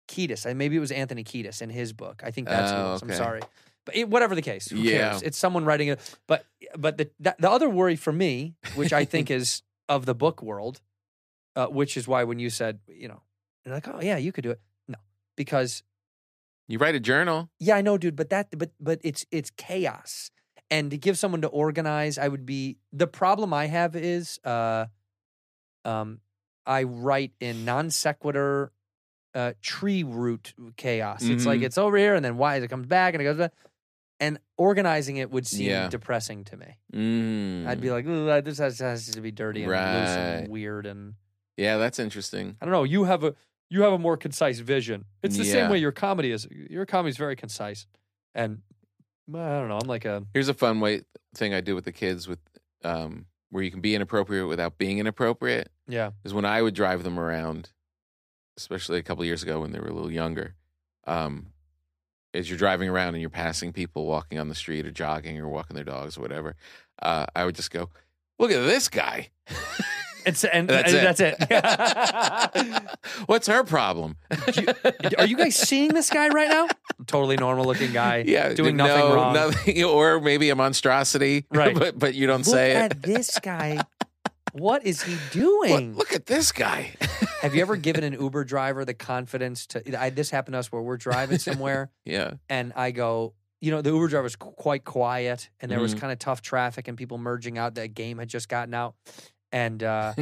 S1: Ketis. I, maybe it was Anthony Kiedis in his book. I think that's who it
S9: Oh,
S1: was. I'm
S9: okay.
S1: sorry, but it, whatever the case, who
S9: Yeah.
S1: cares? It's someone writing it. But but the that, the other worry for me, which I think is of the book world, uh, which is why when you said you know, you're like, oh yeah, you could do it. No, because
S9: You write a journal.
S1: yeah, I know, dude, but that but but it's it's chaos. And to give someone to organize, I would be the problem I have is uh um I write in non sequitur uh tree root chaos. It's like
S9: Mhm.
S1: it's over here and then why it comes back and it goes back. And organizing it would seem
S9: Yeah.
S1: depressing to me.
S9: Mm.
S1: I'd be like, "Ugh, this has, has to be dirty and loose
S9: Right.
S1: and weird and
S9: yeah, that's interesting.
S1: I don't know. You have a you have a more concise vision. It's the same
S9: Yeah.
S1: way your comedy is. Your comedy is very concise, and I don't know. I'm like a
S9: Here's a fun way thing I do with the kids with um, where you can be inappropriate without being inappropriate
S1: yeah.
S9: is when I would drive them around, especially a couple years ago when they were a little younger. Um, as you're driving around and you're passing people walking on the street or jogging or walking their dogs or whatever, uh, I would just go, "Look at this guy."
S1: It's and
S9: That's
S1: and
S9: it.
S1: that's it.
S9: What's her problem?
S1: Are you guys seeing this guy right now? Totally normal looking guy.
S9: yeah,
S1: doing nothing
S9: no,
S1: wrong.
S9: nothing- or maybe a monstrosity,
S1: Right.
S9: but but you don't
S1: Look
S9: say
S1: at
S9: it.
S1: this guy. What is he
S9: Look,
S1: doing?
S9: look at this guy.
S1: Have you ever given an Uber driver the confidence to? I, this happened to us where we're driving somewhere,
S9: yeah,
S1: and I go, you know, the Uber driver was qu- quite quiet, and there was
S9: Mhm.
S1: kind of tough traffic and people merging out. That game had just gotten out, and uh,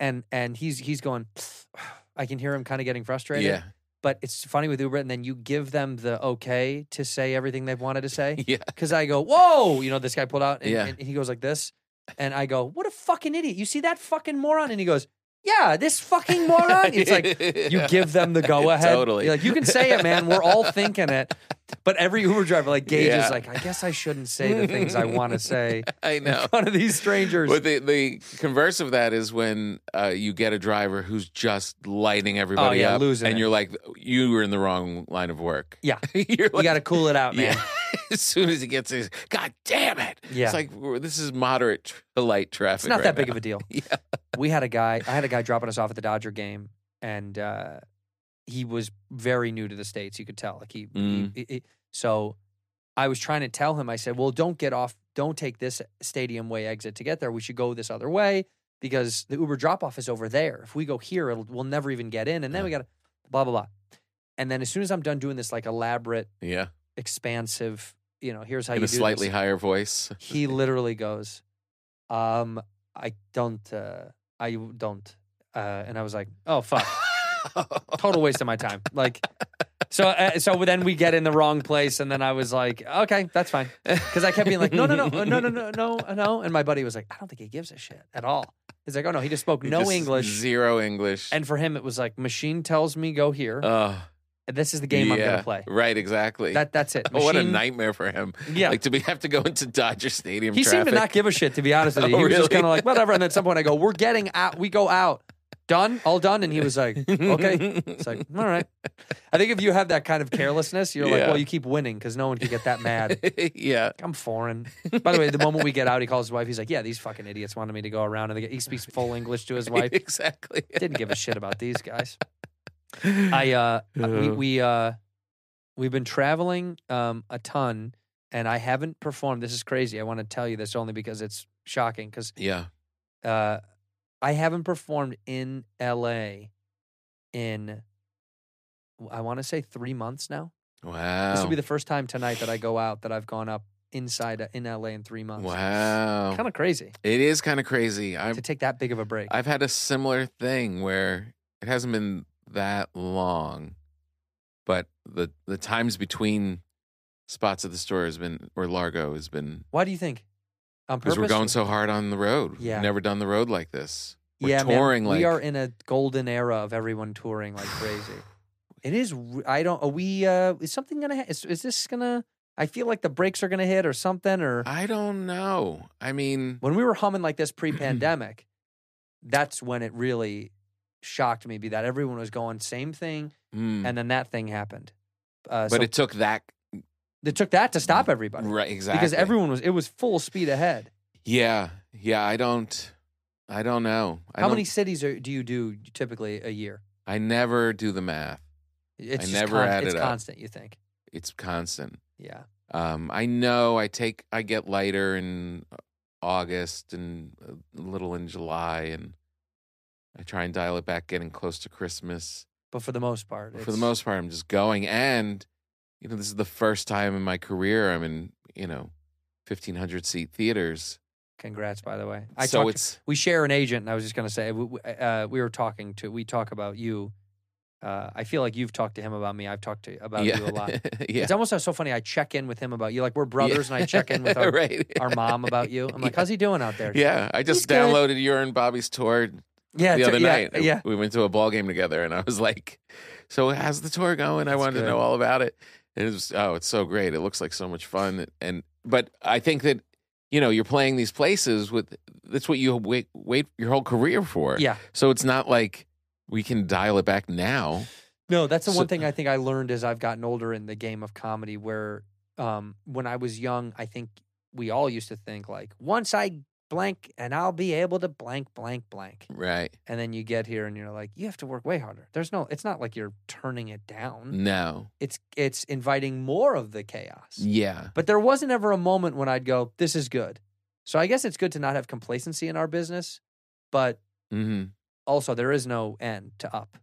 S1: and and he's he's going. I can hear him kind of getting frustrated.
S9: yeah,
S1: But it's funny with Uber, and then you give them the okay to say everything they've wanted to say.
S9: yeah.
S1: Because I go, whoa, you know, this guy pulled out and,
S9: Yeah.
S1: and he goes like this. And I go, what a fucking idiot. You see that fucking moron? And he goes, yeah, this fucking moron. It's like, you give them the go ahead.
S9: Totally.
S1: Like, you can say it, man. We're all thinking it. But every Uber driver, like, gauges,
S9: Yeah.
S1: like, I guess I shouldn't say the things I want to say
S9: I know.
S1: in front of these strangers.
S9: But the, the converse of that is when uh, you get a driver who's just lighting everybody
S1: yeah,
S9: up,
S1: losing
S9: and
S1: it.
S9: you're like, you were in the wrong line of work.
S1: yeah.
S9: you're
S1: You
S9: like,
S1: got to cool it out, man.
S9: yeah. as soon as he gets his, God damn it!
S1: Yeah.
S9: it's like we're- this is moderate tr- to light traffic.
S1: It's not
S9: right
S1: that big
S9: now.
S1: of a deal.
S9: Yeah.
S1: We had a guy, I had a guy dropping us off at the Dodger game, and uh, he was very new to the States. You could tell. Like, he, he-
S9: Mm.
S1: he- he- so I was trying to tell him, I said, well, don't get off, don't take this stadium way exit to get there. We should go this other way because the Uber drop off is over there. If we go here, it'll, we'll never even get in. And then we got to blah, blah, blah. And then as soon as I'm done doing this, like, elaborate,
S9: Yeah,
S1: expansive, you know, here's how
S9: in
S1: you
S9: a
S1: do
S9: slightly
S1: this
S9: higher voice.
S1: he literally goes, um, I don't, uh, I don't. Uh, and I was like, oh, fuck. Total waste of my time. Like, so, uh, so then we get in the wrong place. And then I was like, okay, that's fine. Cause I kept being like, no, no, no, uh, no, no, no, no, uh, no. And my buddy was like, I don't think he gives a shit at all. He's like, oh no, he just spoke no
S9: Just
S1: English.
S9: zero English,
S1: and for him, it was like, machine tells me go here.
S9: uh,
S1: and this is the game I'm going
S9: yeah,
S1: to play.
S9: Right, exactly.
S1: That, that's it.
S9: Oh, what a
S1: Machine-
S9: nightmare for him.
S1: Yeah.
S9: Like, do we have to go into Dodger Stadium
S1: He
S9: traffic?
S1: seemed to not give a shit, to be honest with you.
S9: Oh,
S1: he was just
S9: really?
S1: kind of like, whatever. And then at some point I go, we're getting out. We go out. Done? All done? And he was like, okay. It's like, all right. I think if you have that kind of carelessness, you're like,
S9: Yeah.
S1: well, you keep winning because no one can get that mad.
S9: yeah.
S1: I'm foreign. By the way, the moment we get out, he calls his wife. He's like, yeah, these fucking idiots wanted me to go around. And they get, he speaks full English to his wife.
S9: Exactly.
S1: Didn't give a shit about these guys. I, uh, we, we, uh, we've been traveling um, a ton and I haven't performed. This is crazy. I want to tell you this only because it's shocking because
S9: Yeah.
S1: uh, I haven't performed in LA in I want to say three months now.
S9: Wow.
S1: This will be the first time tonight that I go out that I've gone up inside uh, in LA in three months.
S9: Wow.
S1: kind of crazy
S9: it is kind of crazy. I've
S1: to take that big of a break.
S9: I've had a similar thing where it hasn't been that long, but the the times between spots at the store has been or Largo has been
S1: Why do you think? On
S9: because
S1: purpose?
S9: we're going so hard on the road.
S1: Yeah.
S9: We've never done the road like this. We're
S1: yeah, man,
S9: touring like
S1: we are in a golden era of everyone touring like crazy. it is. r- I don't. Are we? Uh, is something gonna? Ha- is, is this gonna? I feel like the brakes are gonna hit or something or.
S9: I don't know. I mean,
S1: when we were humming like this pre-pandemic, that's when it really shocked me. Be that everyone was going same thing,
S9: mm,
S1: and then that thing happened. Uh,
S9: but
S1: so
S9: it took that
S1: it took that to stop everybody
S9: right exactly
S1: because everyone was it was full speed ahead.
S9: Yeah, yeah. I don't. I don't know. I
S1: How
S9: don't-
S1: many cities are, do you do typically a year?
S9: I never do the math.
S1: It's
S9: I
S1: just
S9: never
S1: con-
S9: add
S1: it's
S9: it up.
S1: constant. You think?
S9: It's constant.
S1: Yeah,
S9: Um, I know I take I get lighter in August and a little in July, and I try and dial it back, getting close to Christmas.
S1: but for the most part,
S9: For the
S1: it's-
S9: most part, I'm just going, and you know, this is the first time in my career I'm in you know, fifteen hundred seat theaters.
S1: Congrats, by the way. talked
S9: so
S1: to-
S9: it's
S1: we share an agent, and I was just going to say we, we- uh, we were talking to we talk about you. Uh, I feel like you've talked to him about me. I've talked to about
S9: yeah,
S1: you a lot.
S9: yeah,
S1: It's almost so funny. I check in with him about you. Like we're brothers, and I check in with our,
S9: right.
S1: our mom about you. I'm like,
S9: Yeah.
S1: how's he doing out there?
S9: Yeah, I just
S1: good.
S9: downloaded your and Bobby's tour
S1: Yeah,
S9: the
S1: t-
S9: other
S1: yeah,
S9: night.
S1: yeah.
S9: We went to a ball game together and I was like, So how's the tour going? I wanted
S1: good.
S9: to know all about it. And it was oh, it's so great. It looks like so much fun. And but I think that, you know, you're playing these places with that's what you wait wait your whole career for.
S1: Yeah.
S9: So it's not like we can dial it back now.
S1: No, that's the one
S9: So-
S1: thing I think I learned as I've gotten older in the game of comedy. Where um, when I was young, I think we all used to think like, once I blank and I'll be able to blank, blank, blank.
S9: Right.
S1: And then you get here and you're like, you have to work way harder. There's no, it's not like you're turning it
S9: Mm.
S1: down.
S9: Mm-hmm. No.
S1: It's it's inviting more of the chaos.
S9: Yeah.
S1: But there wasn't ever a moment when I'd go, this is good. So I guess it's good to not have complacency in our business, but
S9: Mm-hmm.
S1: also there is no end to up,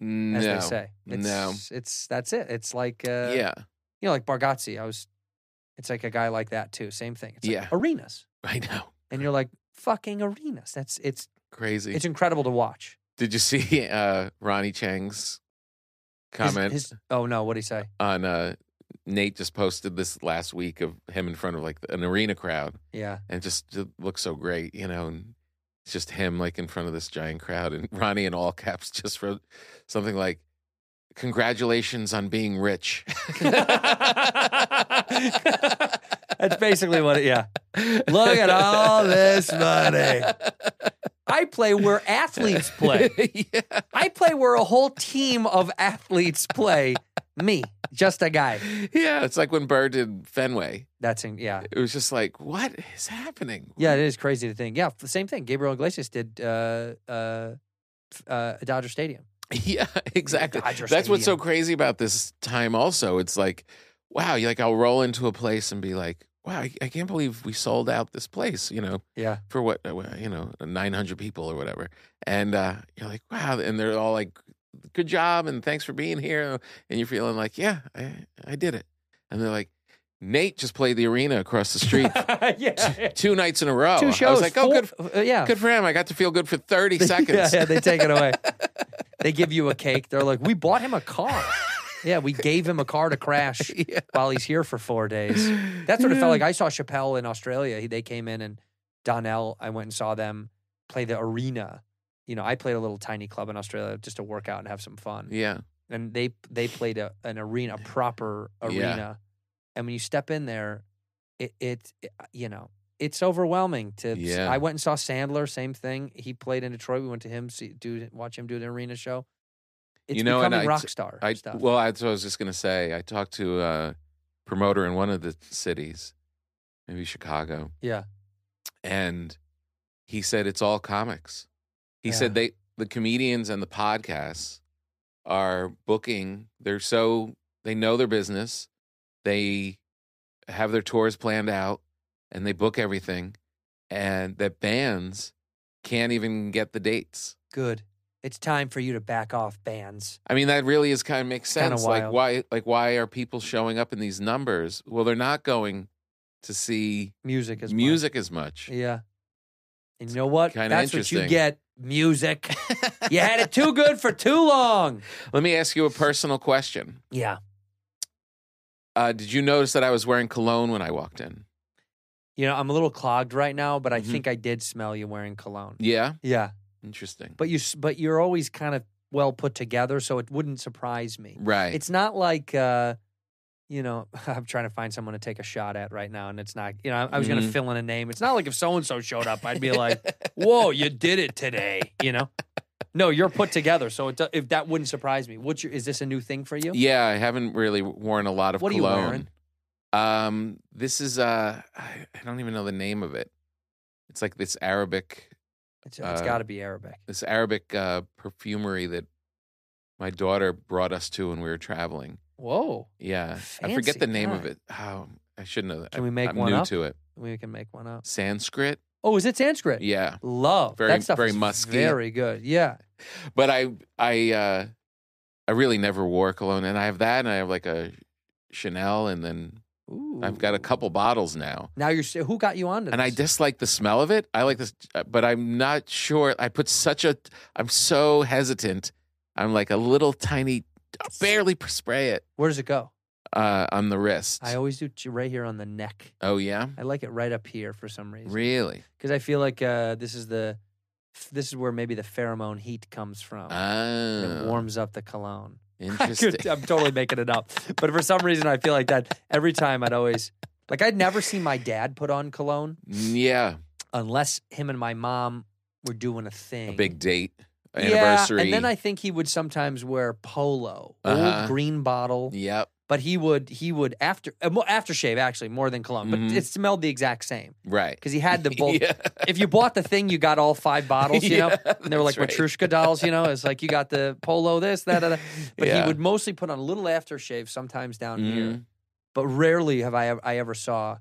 S9: Mm-hmm. No.
S1: as they say. It's,
S9: No.
S1: It's, that's it. It's like, uh,
S9: yeah.
S1: you know, like Bargazzi. I was, it's like a guy like that too. Same thing. It's like
S9: Yeah.
S1: arenas.
S9: I know.
S1: And you're like, fucking arenas. That's, it's,
S9: Crazy.
S1: it's incredible to watch.
S9: Did you see uh, Ronnie Chang's
S1: His-
S9: comment
S1: his- oh no, what'd he say?
S9: on uh, Nate just posted this last week of him in front of like an arena crowd
S1: Yeah.
S9: and just, just looks so great, you know, and it's just him like in front of this giant crowd and Ronnie in all caps just wrote something like congratulations on being rich.
S1: That's basically what it, yeah. Look at all this money. I play where athletes play.
S9: yeah.
S1: I play where a whole team of athletes play. Me, just a guy.
S9: yeah, it's like when Burr did Fenway.
S1: That's in, yeah,
S9: It was just like, what is happening?
S1: yeah. It is crazy to think. Yeah, the same thing. Gabriel Iglesias did uh, uh, f- uh, Dodger Stadium.
S9: Yeah, exactly.
S1: Dodger
S9: That's what's so
S1: Stadium.
S9: crazy about this time. Also, it's like, wow, you like I'll roll into a place and be like, wow, I, I can't believe we sold out this place. You know,
S1: Yeah,
S9: for what uh, you know, nine hundred people or whatever. And uh, you're like, wow, and they're all like, good job and thanks for being here. And you're feeling like, yeah, I, I did it. And they're like, Nate just played the arena across the street
S1: yeah.
S9: two nights in a row.
S1: Two shows.
S9: I was like, oh,
S1: four-
S9: good,
S1: uh, yeah.
S9: good for him. I got to feel good for thirty seconds.
S1: Yeah, yeah, they take it away. they give you a cake. They're like, we bought him a car. Yeah, we gave him a car to crash while he's here for four days. That's what it felt like. I saw Chappelle in Australia. He, they came in and Donnell, I went and saw them play the arena. You know, I played a little tiny club in Australia just to work out and have some fun.
S9: yeah.
S1: And they they played a, an arena, a proper
S9: Yeah.
S1: arena. And when you step in there, it, it, it- uh, you know it's overwhelming to
S9: Yeah.
S1: i went and saw sandler same thing he played in detroit we went to him see, do watch him do an arena show it's
S9: You know, and
S1: becoming
S9: I-
S1: rock star
S9: I
S1: stuff
S9: well, that's what I was just gonna say. I talked to a promoter in one of the cities, maybe Chicago,
S1: yeah
S9: and he said it's all comics. He said they the comedians and the podcasts are booking. They're so they know their business. They have their tours planned out, and they book everything, and that bands can't even get the dates.
S1: good it's time for you to back off bands
S9: I mean, that really is kind of makes
S1: kinda
S9: sense. Like
S1: wild.
S9: why, like why are people showing up in these numbers? Well, they're not going to see
S1: music is
S9: music as much.
S1: yeah and you know what
S9: kinda
S1: that's what you
S9: interesting.
S1: get music you had it too good for too long
S9: Let me ask you a personal question.
S1: yeah
S9: Uh, did you notice that I was wearing cologne when I walked in?
S1: you know i'm a little clogged right now but i
S9: Mhm.
S1: think i did smell you wearing cologne
S9: Yeah,
S1: yeah
S9: interesting.
S1: but you s- but you're always kind of well put together so it wouldn't surprise me
S9: Right.
S1: it's not like uh you know i'm trying to find someone to take a shot at right now and it's not you know i, I was gonna
S9: Mhm.
S1: fill in a name it's not like if so-and-so showed up i'd be like whoa you did it today you know no you're put together so it, do- if that wouldn't surprise me what's your is this a new thing for you
S9: yeah, I haven't really worn a lot of
S1: What are you
S9: cologne.
S1: wearing?
S9: Um, this is uh, I I don't even know the name of it. It's like this Arabic
S1: it's, it's
S9: uh,
S1: got to be arabic
S9: this Arabic uh, perfumery that my daughter brought us to when we were traveling.
S1: whoa
S9: Yeah, I forget
S1: Fancy
S9: the name of
S1: guy.
S9: it. Oh, I shouldn't have.
S1: Can we make
S9: I'm
S1: one
S9: new
S1: up?
S9: to it.
S1: we can make one up
S9: Sanskrit.
S1: oh is it sanskrit
S9: Yeah,
S1: love
S9: Very-
S1: that stuff
S9: very
S1: is
S9: musky.
S1: very good yeah
S9: but I I uh, I really never wore cologne, and I have that, and I have like a Chanel, and then
S1: Ooh.
S9: I've got a couple bottles now.
S1: now you're s- who got you onto
S9: And I
S1: this?
S9: dislike the smell of it. I like this, uh, but I'm not sure. I put such a. I'm so hesitant. I'm like a little tiny, barely spray it
S1: where does it go
S9: uh, on the wrist.
S1: I always do ch- right here on the neck.
S9: oh yeah,
S1: I like it right up here for some reason
S9: really?
S1: because I feel like uh, this is the f- this is where maybe the pheromone heat comes from. It
S9: Oh,
S1: warms up the cologne. I
S9: interesting.
S1: could, I'm totally making it up, but for some reason, I feel like that every time. I'd always like I'd never seen my dad put on cologne
S9: yeah,
S1: unless him and my mom were doing a
S9: a
S1: thing,
S9: big date,
S1: Yeah,
S9: anniversary.
S1: and then I think he would sometimes wear polo,
S9: Uh-huh.
S1: old green bottle.
S9: Yep.
S1: But he would he would after uh, mo- aftershave actually more than cologne,
S9: Mhm.
S1: but it smelled the exact same
S9: Right.
S1: because he had the both.
S9: Yeah.
S1: If you bought the thing, you got all five bottles, you know,
S9: Yeah,
S1: and they were like
S9: that's right.
S1: Matryoshka dolls, you know. It's like you got the polo, this, that, that. that. But
S9: Yeah.
S1: he would mostly put on a little aftershave, sometimes down here,
S9: Mhm.
S1: but rarely have I ev- I ever saw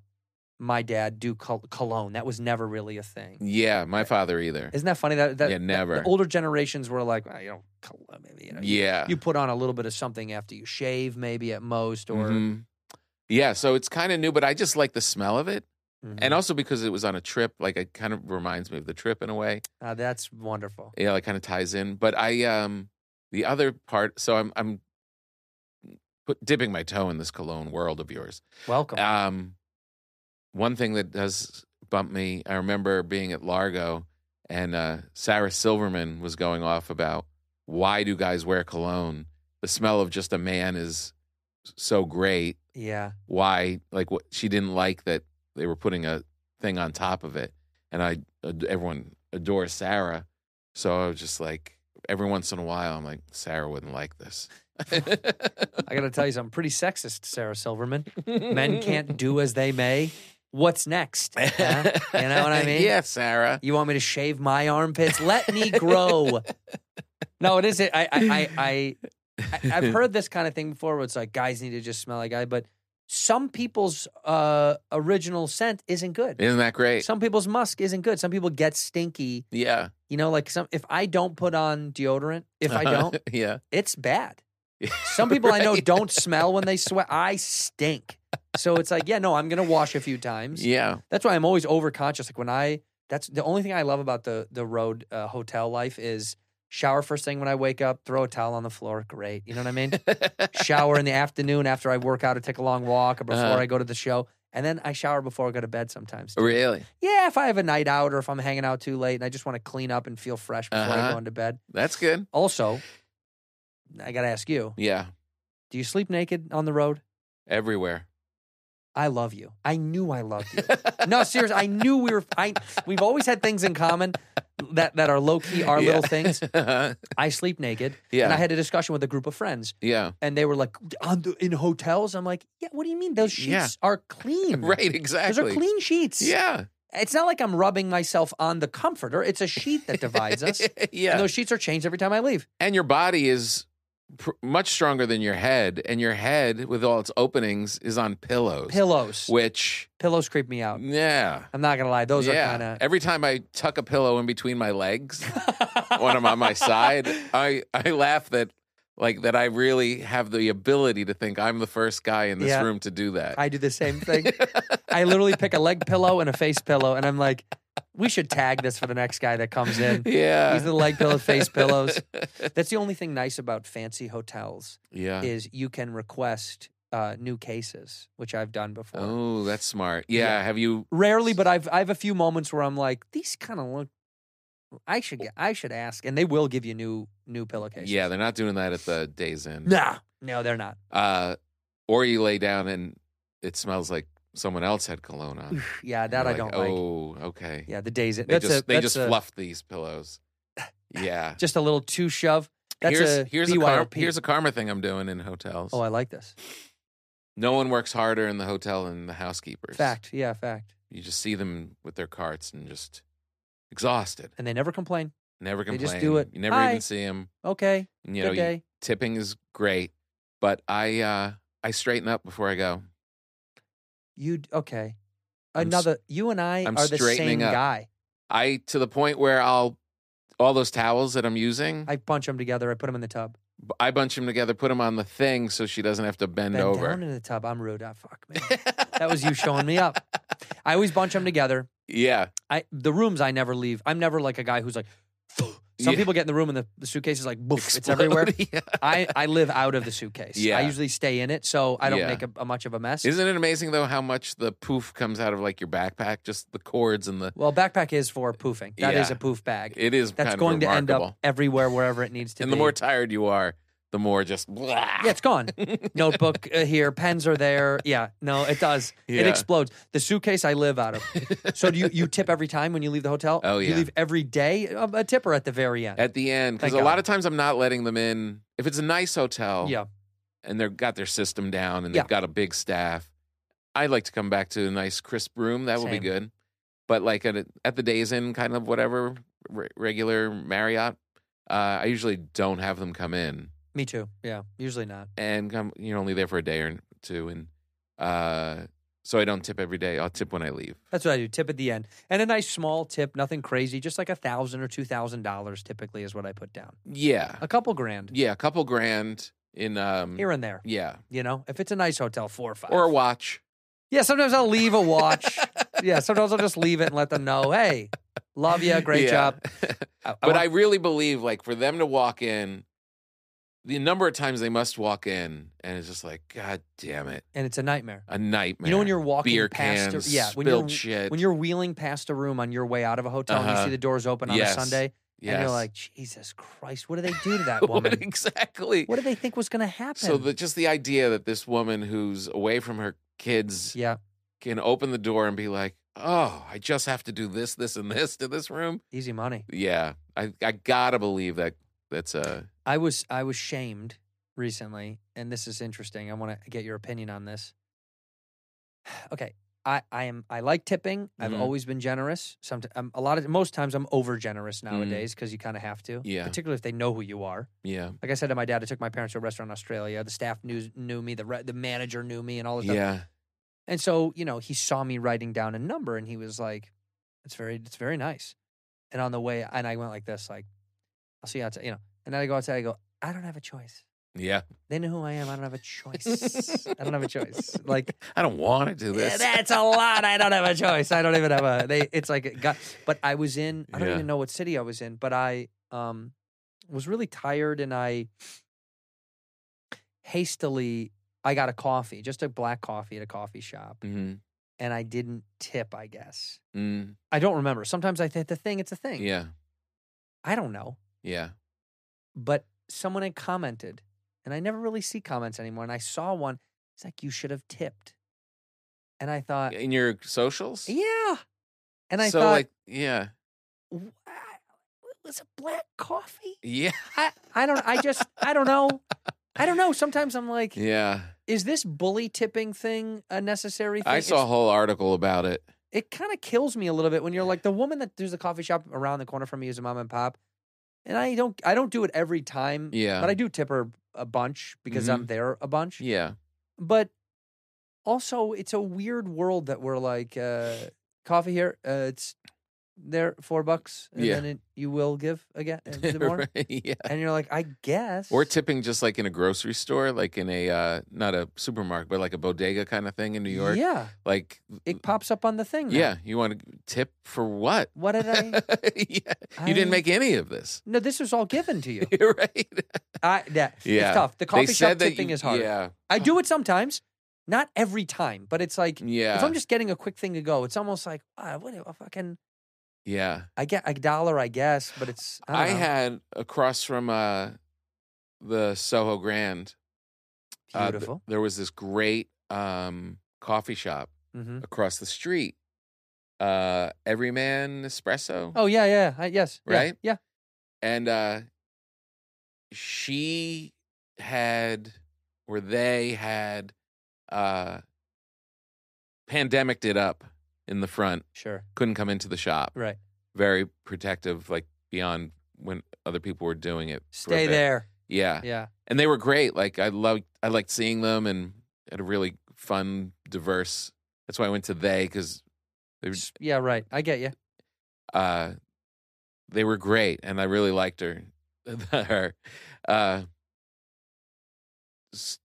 S1: my dad do col- cologne. That was never really a thing.
S9: Yeah. My father either.
S1: Isn't that funny? That, that
S9: Yeah,
S1: that
S9: never.
S1: The older generations were like, well, you know, cologne, maybe, you know, you-
S9: Yeah.
S1: You, put on a little bit of something after you shave, maybe at most, or
S9: Mhm. Yeah. So it's kind of new, but I just like the smell of it,
S1: Mhm.
S9: and also because it was on a trip. Like it kind of reminds me of the trip in a way.
S1: Uh, that's wonderful.
S9: yeah, like kind of ties in. But I um the other part, so I'm I'm put, dipping my toe in this cologne world of yours.
S1: Welcome.
S9: Um, one thing that does bump me, I remember being at Largo, and uh, Sarah Silverman was going off about why do guys wear cologne? The smell of just a man is so great.
S1: yeah,
S9: Why? Like what? She didn't like that they were putting a thing on top of it, and I ad- everyone adores Sarah, so I was just like every once in a while I'm like Sarah wouldn't like this.
S1: I got to tell you something pretty sexist, Sarah Silverman. Men can't do as they may. What's next? Huh? You know what I mean?
S9: Yeah, Sarah.
S1: You want me to shave my armpits? Let me grow. no, it isn't. I, I, I, I, I, I've heard this kind of thing before. Where it's like guys need to just smell like guy, but some people's uh, original scent isn't good.
S9: Isn't that great?
S1: Some people's musk isn't good. Some people get stinky.
S9: yeah.
S1: You know, like some. If I don't put on deodorant, if I don't,
S9: yeah.
S1: it's bad. Some people I know
S9: Right.
S1: don't smell when they sweat. I stink. So it's like, yeah, no, I'm gonna wash a few times.
S9: Yeah.
S1: That's why I'm always overconscious. Like when I, that's the only thing I love about the the road uh, hotel life is shower first thing when I wake up, throw a towel on the floor. Great, you know what I mean? shower in the afternoon after I work out or take a long walk or before
S9: Uh-huh.
S1: I go to the show, and then I shower before I go to bed sometimes. too.
S9: Really?
S1: Yeah, if I have a night out or if I'm hanging out too late and I just want to clean up and feel fresh before I
S9: Uh-huh.
S1: go into bed.
S9: That's good.
S1: Also, I gotta ask you:
S9: Yeah.
S1: Do you sleep naked on the road?
S9: Everywhere.
S1: I love you. I knew I loved you. no, seriously, I knew we were. I we've always had things in common that that are low key, are little things.
S9: yeah.
S1: I sleep naked,
S9: Yeah.
S1: and I had a discussion with a group of friends,
S9: yeah.
S1: and they were like, on the, "In hotels?" I'm like, "Yeah, what do you mean? Those sheets
S9: Yeah.
S1: are clean,
S9: Right.
S1: Those
S9: Exactly.
S1: are clean sheets.
S9: Yeah.
S1: it's not like I'm rubbing myself on the comforter. It's a sheet that divides us.
S9: yeah.
S1: And those sheets are changed every time I leave.
S9: and your body is pr- much stronger than your head and your head with all its openings is on pillows
S1: Pillows,
S9: which
S1: pillows creep me out.
S9: yeah
S1: I'm not gonna lie; those
S9: Mm. yeah
S1: are kind of.
S9: every time i tuck a pillow in between my legs when i'm on my side i i laugh that like that i really have the ability to think i'm the first guy in this
S1: Yeah.
S9: room to do that
S1: I do the same thing. I literally pick a leg pillow and a face pillow, and I'm like, we should tag this for the next guy that comes in.
S9: yeah
S1: These are the leg pillow, face pillows. That's the only thing nice about fancy hotels
S9: yeah
S1: is you can request uh, new cases, which I've done before.
S9: oh that's smart yeah, have you
S1: Rarely, but I've I've a few moments where I'm like, these kind of look. I should get. I should ask, and they will give you new new pillowcases.
S9: yeah they're not doing that at the days end
S1: Nah. No, they're not.
S9: uh, or you lay down and it smells like someone else had cologne on.
S1: Yeah, that I
S9: You're
S1: don't
S9: oh,
S1: like.
S9: okay.
S1: Yeah, the days.
S9: They
S1: that's
S9: just
S1: a,
S9: they
S1: that's
S9: just
S1: a,
S9: fluffed these pillows. Yeah.
S1: just a little two shove. That's
S9: here's
S1: a
S9: here's a
S1: BYOP.
S9: karma, here's a karma thing I'm doing in hotels.
S1: Oh, I like this.
S9: no one works harder in the hotel than the housekeepers.
S1: Fact. Yeah, fact.
S9: You just see them with their carts and just exhausted.
S1: And they never complain.
S9: Never
S1: They
S9: complain.
S1: just do it.
S9: You never
S1: Hi.
S9: even see them.
S1: Okay.
S9: You know,
S1: Good
S9: you-
S1: day.
S9: tipping is great, but I uh, I straighten up before I go.
S1: You, d okay.
S9: I'm s-
S1: Another you and I
S9: I'm
S1: are the
S9: straightening
S1: same
S9: up.
S1: guy.
S9: I to the point where I'll all those towels that I'm using,
S1: I bunch them together. I put them in the tub.
S9: I bunch them together, put them on the thing so she doesn't have to bend,
S1: Bend
S9: over.
S1: down in the tub. I'm rude. Oh, fuck, man. that was you showing me up. I always bunch them together.
S9: yeah.
S1: I the rooms I never leave. I'm never like a guy who's like, Some
S9: Yeah.
S1: people get in the room and the, the suitcase is like, boof, it's everywhere.
S9: Yeah.
S1: I, I live out of the suitcase.
S9: Yeah.
S1: I usually stay in it, so I don't
S9: Yeah.
S1: make a, a much of a mess.
S9: Isn't it amazing though how much the poof comes out of like your backpack? Just the cords and the
S1: well, backpack is for poofing. That is a
S9: Yeah.
S1: poof bag.
S9: it is
S1: That's
S9: kind
S1: going
S9: of
S1: to end
S9: remarkable.
S1: up everywhere, wherever it needs to
S9: and
S1: be.
S9: the more tired you are, the more just blah.
S1: yeah, it's gone. Notebook uh, here, pens are there. Yeah, no, it does. It
S9: Yeah.
S1: explodes. The suitcase I live out of. so do you, you tip every time when you leave the hotel?
S9: Oh,
S1: Do You
S9: yeah.
S1: leave every day a, a tipper at the very end.
S9: at the end because a
S1: Thank God.
S9: lot of times I'm not letting them in. If it's a nice hotel,
S1: yeah.
S9: and they've got their system down and they've
S1: Yeah.
S9: got a big staff, I'd like to come back to a nice crisp room. That would be
S1: Same.
S9: good. But like at, a, at the days in kind of whatever re- regular Marriott, uh, I usually don't have them come in
S1: Me too. Yeah. Usually not.
S9: and come. You're only there for a day or two, and uh, so I don't tip every day. I'll tip when I leave.
S1: That's what I do. Tip at the end. And a nice small tip, nothing crazy, just like a thousand or two thousand dollars typically is what I put down.
S9: Yeah,
S1: A couple grand
S9: yeah, a couple grand in um,
S1: here and there.
S9: yeah,
S1: You know, if it's a nice hotel, four or five.
S9: or a watch.
S1: yeah, sometimes I'll leave a watch. yeah, sometimes I'll just leave it and let them know, hey, love you, great
S9: Yeah.
S1: job. I-
S9: but I
S1: want-
S9: really believe like for them to walk in, the number of times they must walk in, and it's just like, God damn it,
S1: and it's a nightmare.
S9: a nightmare.
S1: You know when you're walking
S9: beer
S1: past,
S9: cans,
S1: a, yeah, when
S9: spilled
S1: you're
S9: shit.
S1: when you're wheeling past a room on your way out of a hotel and you
S9: Uh-huh.
S1: see the doors open on
S9: Yes.
S1: a Sunday, and
S9: Yes.
S1: you're like, Jesus Christ, what did they do to that
S9: What
S1: woman?
S9: exactly.
S1: what did they think was going to happen?
S9: so the just the idea that this woman who's away from her kids
S1: yeah,
S9: can open the door and be like, "Oh, I just have to do this, this, and this to this room."
S1: easy money.
S9: Yeah, I I gotta believe that that's uh, a
S1: I was I was shamed recently, and this is interesting. I want to get your opinion on this. Okay, I I am I like tipping. I've
S9: Mhm.
S1: always been generous. Sometimes I'm, a lot of most times I'm over generous nowadays because you kind of have to.
S9: Yeah.
S1: particularly if they know who you are.
S9: yeah
S1: Like I said to my dad, I took my parents to a restaurant in Australia. The staff knew knew me. The re- the manager knew me, and all this. Stuff.
S9: yeah
S1: And so you know, he saw me writing down a number, and he was like, "It's very it's very nice." And on the way, and I went like this, like, "I'll see you outside," you know. And then I go outside. I go, "I don't have a choice."
S9: yeah.
S1: They know who I am. I don't have a choice. I don't have a choice. Like
S9: I don't want to do
S1: yeah,
S9: this.
S1: that's a lot. I don't have a choice. I don't even have a. They. It's like it got. But I was in. I don't
S9: Yeah.
S1: even know what city I was in. But I um was really tired and I hastily I got a coffee, just a black coffee at a coffee shop,
S9: hmm
S1: and I didn't tip. I guess
S9: mm,
S1: I don't remember. Sometimes I think the thing. It's a thing.
S9: yeah,
S1: I don't know.
S9: yeah.
S1: but someone had commented, and I never really see comments anymore. And I saw one. It's like you should have tipped, and I thought,
S9: In your socials,
S1: Uh yeah, and I
S9: so
S1: thought,
S9: like yeah
S1: "W- I- it was a black coffee.
S9: yeah
S1: I, I don't. I just. I don't know. I don't know. Sometimes I'm like,
S9: yeah
S1: is this bully tipping thing a necessary thing?
S9: i saw a
S1: It's-
S9: whole article about it
S1: it kind of kills me a little bit when you're like the woman that does the coffee shop around the corner from me is a mom and pop, and I don't. I don't do it every time.
S9: Yeah. Mm-hmm.
S1: but I do tip her a bunch because I'm there a bunch.
S9: yeah
S1: but also it's a weird world that we're like uh coffee here uh, it's there four bucks and
S9: Yeah.
S1: then it, you will give again uh, the more
S9: Right, yeah
S1: and you're like i guess
S9: or tipping just like in a grocery store like in a uh not a supermarket but like a bodega kind of thing in new york
S1: yeah
S9: like
S1: it pops up on the thing now.
S9: yeah you want to tip for what
S1: what did i
S9: yeah. you
S1: I-
S9: didn't make any of this
S1: no this was all given to you
S9: You're right
S1: i that
S9: yeah
S1: it's tough the
S9: They
S1: coffee shop
S9: said that
S1: tipping
S9: you-
S1: is hard
S9: yeah
S1: i do it sometimes not every time but it's like
S9: yeah
S1: if i'm just getting a quick thing to go it's almost like ah, what a fucking
S9: yeah
S1: i get a dollar i guess but it's i, don't
S9: I
S1: know.
S9: had across from uh, the Soho Grand. uh, th-
S1: beautiful
S9: there was this great um, coffee shop
S1: hmm
S9: across the street. Uh, Everyman Espresso,
S1: Oh yeah, yeah, I, yes, yeah,
S9: Right?
S1: Yeah,
S9: and uh, she had or they had uh, pandemicked it up in the front.
S1: sure,
S9: Couldn't come into the shop.
S1: right.
S9: Very protective, like beyond when other people were doing it. for a
S1: Stay
S9: bit.
S1: there.
S9: Yeah.
S1: Yeah,
S9: and they were great. Like I loved, I liked seeing them, and had a really fun, diverse. That's why I went to they because they were,
S1: S- yeah, right. I get you.
S9: uh, they were great, and I really liked her. her, uh, s-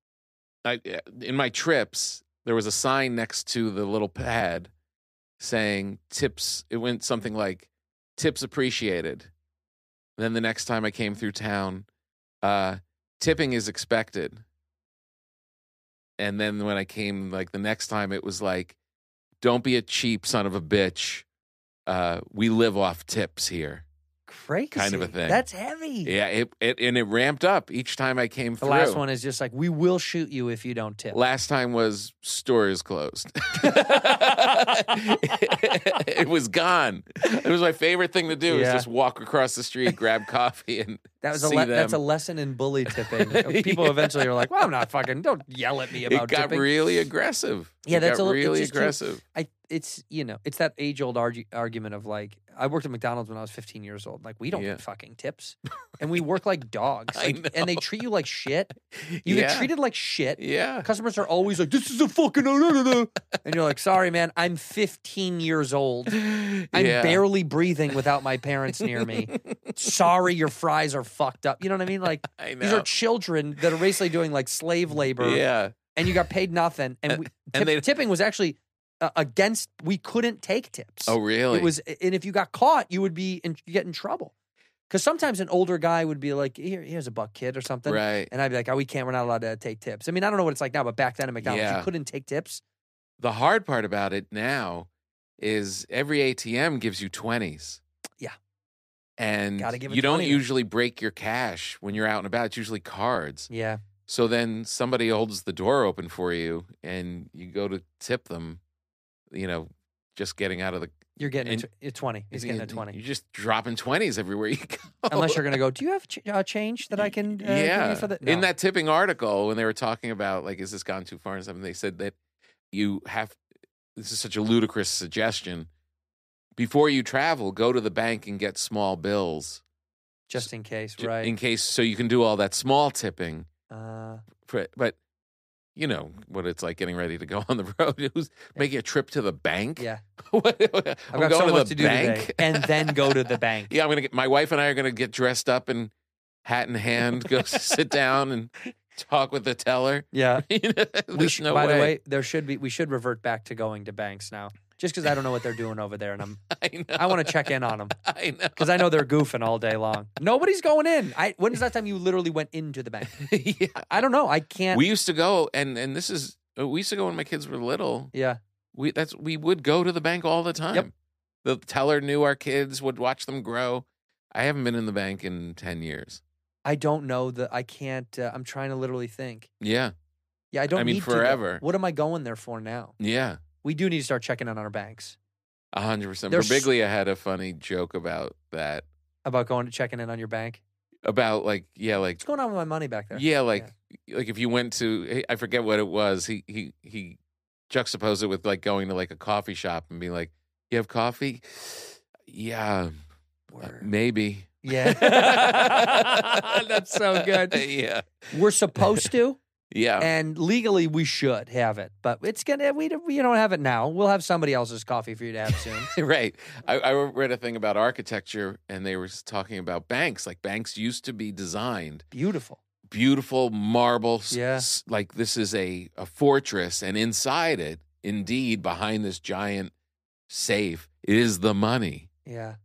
S9: I, eh, in my trips, there was a sign next to the little pad saying tips. It went something like tips appreciated. And then the next time I came through town, uh, tipping is expected. And then when I came like the next time, it was like, don't be a cheap son of a bitch. Uh, we live off tips here.
S1: Crazy.
S9: Kind of a thing.
S1: That's heavy.
S9: Yeah, it, it and it ramped up each time I came
S1: The
S9: through.
S1: last one is just like, we will shoot you if you don't tip.
S9: Last time was store is closed. it was gone. It was my favorite thing to do is
S1: Yeah.
S9: just walk across the street, grab coffee, and
S1: that was a
S9: see
S1: le-
S9: them.
S1: that's a lesson in bully tipping. People eventually are like, well, I'm not fucking. Don't yell at me about
S9: it got
S1: tipping.
S9: really aggressive.
S1: Yeah,
S9: It
S1: that's a
S9: got
S1: little- it
S9: really
S1: just keep-
S9: aggressive.
S1: I it's you know it's that age old argu- argument of like I worked at McDonald's when I was 15 years old. Like we don't
S9: Yeah.
S1: get fucking tips, and we work like dogs,
S9: I
S1: like, and they treat you like shit. You get
S9: Yeah.
S1: treated like shit.
S9: Yeah,
S1: Customers are always like, "This is a fucking," uh, uh, uh, uh." and you're like, "Sorry, man, I'm 15 years old. I'm
S9: Yeah.
S1: barely breathing without my parents near me. Sorry, your fries are fucked up. You know what I mean? Like
S9: I
S1: these are
S9: know.
S1: children that are basically doing like slave labor
S9: yeah. Uh,
S1: and you got paid nothing. And, we, tip,
S9: and they-
S1: tipping was actually uh, against. We couldn't take tips.
S9: Oh, really?
S1: It was, and if you got caught, you would be in, you get in trouble. Because sometimes an older guy would be like, Here, "Here's a buck, kid," or something,
S9: right.
S1: and I'd be like, "Oh, we can't. We're not allowed to take tips." I mean, I don't know what it's like now, but back then at McDonald's,
S9: Yeah.
S1: you couldn't take tips.
S9: The hard part about it now is every ATM gives you twenties.
S1: Yeah.
S9: and
S1: Gotta give a
S9: you don't
S1: 20.
S9: usually break your cash when you're out and about. It's usually cards.
S1: Yeah,
S9: So then somebody holds the door open for you and you go to tip them, you know, just getting out of the
S1: you're getting
S9: And-
S1: a, tw- a twenty. He's getting a twenty.
S9: You're just dropping 20s everywhere you go.
S1: Unless you're gonna go, do you have ch- uh, change that I can? Uh, give you
S9: yeah.
S1: for the-"
S9: In
S1: No.
S9: that tipping article, when they were talking about, like, is this gone too far and something, they said that you have, this is such a ludicrous suggestion. Before you travel, go to the bank and get small bills
S1: just in case,
S9: j-
S1: right?
S9: in case, so you can do all that small tipping.
S1: uh,
S9: Fr- but you know what it's like getting ready to go on the road. Who's making a trip to the bank?
S1: yeah,
S9: What-
S1: I've
S9: I'm
S1: got
S9: going
S1: so
S9: to
S1: much to
S9: the
S1: do
S9: bank.
S1: today, and then go to the bank.
S9: Yeah, I'm gonna get my wife and I are gonna get dressed up and hat in hand, go sit down and talk with the teller.
S1: yeah. we
S9: There's
S1: should,
S9: no
S1: by the way, there should be we should revert back to going to banks now, just because I don't know what they're doing over there, and I'm
S9: I know.
S1: I want to check in on them
S9: I know.
S1: because I know they're goofing all day long. Nobody's going in. I when is that time you literally went into the bank?
S9: yeah.
S1: I don't know. I can't.
S9: We used to go, and and this is uh, we used to go when my kids were little.
S1: yeah,
S9: We that's we would go to the bank all the time. The teller knew our kids, would watch them grow. I haven't been in the bank in ten years.
S1: I don't know the. I can't. Uh, I'm trying to literally think.
S9: Yeah,
S1: Yeah, I don't.
S9: I mean,
S1: need to, though.
S9: forever.
S1: what am I going there for now?
S9: yeah.
S1: We do need to start checking in on our banks
S9: A hundred percent.
S1: There's-
S9: Birbiglia had a funny joke about that.
S1: about going to checking in on your bank.
S9: About like, yeah, like,
S1: What's going on with my money back there?
S9: yeah, like, like if you went to, I forget what it was. He he he juxtaposed it with like going to like a coffee shop and being like, "You have coffee? Yeah, uh,
S1: Word.
S9: maybe."
S1: yeah. That's so good.
S9: Yeah,
S1: We're supposed to.
S9: yeah.
S1: and legally we should have it, but it's gonna we we don't have it now. We'll have somebody else's coffee for you to have soon.
S9: right. I, I read a thing about architecture, and they were talking about banks. Like banks used to be designed
S1: Beautiful.
S9: beautiful marble. s-
S1: Yeah.
S9: s- Like this is a, a fortress, and inside it, indeed, behind this giant safe, is the money.
S1: Yeah.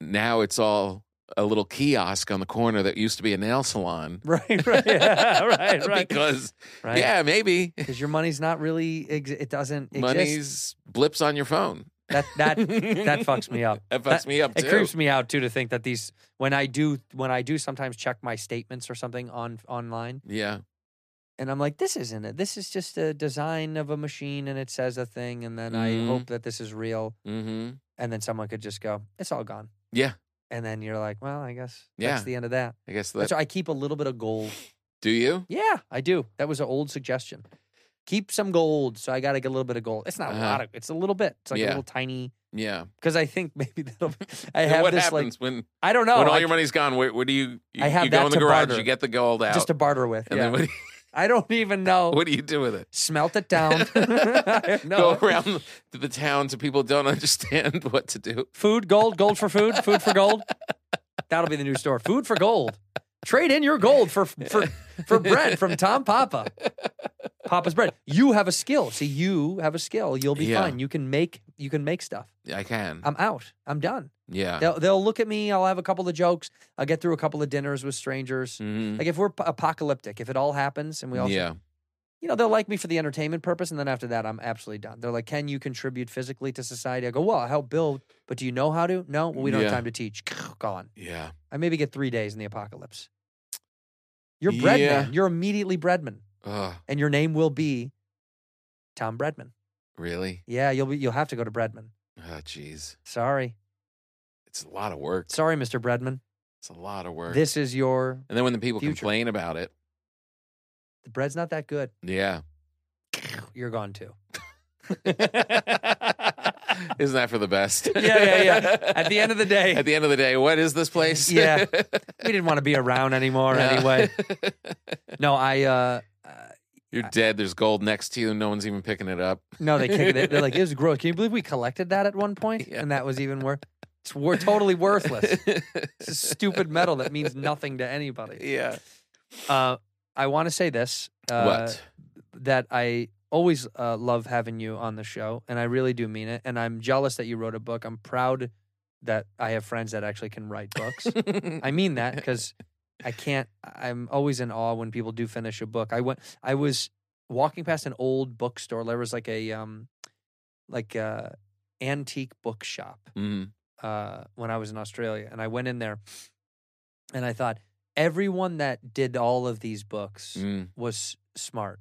S9: Now it's all a little kiosk on the corner that used to be a nail salon.
S1: Right. Right. Yeah, right. Right.
S9: because,
S1: right.
S9: yeah, maybe
S1: Because your money's not really ex- it doesn't exist.
S9: money's blips on your phone.
S1: that that that fucks me up.
S9: That fucks me up
S1: It
S9: too.
S1: creeps me out too to think that these when I do when I do sometimes check my statements or something on online
S9: yeah.
S1: and I'm like this isn't it. This is just a design of a machine and it says a thing and then I
S9: Mhm.
S1: hope that this is real
S9: Mm-hmm.
S1: and then someone could just go it's all gone.
S9: Yeah.
S1: And then you're like, well, I guess
S9: Yeah.
S1: that's the end of that.
S9: I guess that.
S1: That's why I keep a little bit of gold.
S9: Do you?
S1: Yeah, I do. That was an old suggestion. Keep some gold. So I got to get a little bit of gold. It's not a
S9: Uh-huh.
S1: lot of. It's a little bit. It's like a
S9: Yeah.
S1: little tiny.
S9: Yeah.
S1: Because I think maybe that'll. I
S9: And
S1: have
S9: what
S1: this
S9: happens when
S1: like. I don't know.
S9: when all
S1: I-
S9: your money's gone? Where, where do you? you
S1: I have
S9: you go
S1: that
S9: in the
S1: to
S9: garage.
S1: barter.
S9: You get the gold out.
S1: just to barter with.
S9: and
S1: yeah.
S9: then what do you,
S1: I don't even know.
S9: What do you do with it?
S1: Smelt it down. I have no.
S9: Go around to the town so people don't understand what to do.
S1: Food, gold, gold for food, food for gold. That'll be the new store. Food for gold. Trade in your gold for for for bread from Tom Papa. Papa's bread. You have a skill. See, you have a skill. You'll be
S9: Yeah.
S1: fine. You can make you can make stuff.
S9: I can.
S1: I'm out. I'm done.
S9: Yeah.
S1: They'll, they'll look at me. I'll have a couple of jokes. I'll get through a couple of dinners with strangers.
S9: Mhm.
S1: Like if we're p- apocalyptic, if it all happens and we all,
S9: yeah.
S1: you know, they'll like me for the entertainment purpose. And then after that, I'm absolutely done. They're like, can you contribute physically to society? I go, well, I help build, but do you know how to? No, well, we don't have
S9: Yeah.
S1: time to teach. Gone.
S9: Yeah.
S1: I maybe get three days in the apocalypse. You're bread
S9: Yeah.
S1: man. You're immediately breadman,
S9: Ugh,
S1: and your name will be Tom Breadman.
S9: really?
S1: Yeah, you'll be. You'll have to go to Breadman.
S9: Oh, jeez.
S1: Sorry,
S9: It's a lot of work.
S1: sorry, Mister Breadman.
S9: It's a lot of work.
S1: This is your.
S9: and then when the people
S1: future.
S9: complain about it,
S1: The bread's not that good.
S9: yeah.
S1: You're gone too.
S9: Isn't that for the best?
S1: Yeah, yeah, yeah. At the end of the day.
S9: At the end of the day, what is this place?
S1: Yeah. We didn't want to be around anymore
S9: Yeah.
S1: anyway. No, I. uh uh,
S9: You're dead. There's gold next to you. and No one's even picking it up.
S1: no, they kick it. They're like, it was gross. Can you believe we collected that at one point?
S9: Yeah.
S1: And that was even worse. It's we're totally worthless. It's just stupid metal that means nothing to anybody.
S9: yeah.
S1: Uh, I want to say this. Uh,
S9: what?
S1: That I always uh, love having you on the show, and I really do mean it. And I'm jealous that you wrote a book. I'm proud that I have friends that actually can write books. I mean that because I can't. I'm always in awe when people do finish a book. I went. I was walking past an old bookstore. There was like a um, like a antique bookshop
S9: Mhm.
S1: uh, when I was in Australia, and I went in there, and I thought everyone that did all of these books
S9: Mm.
S1: was smart.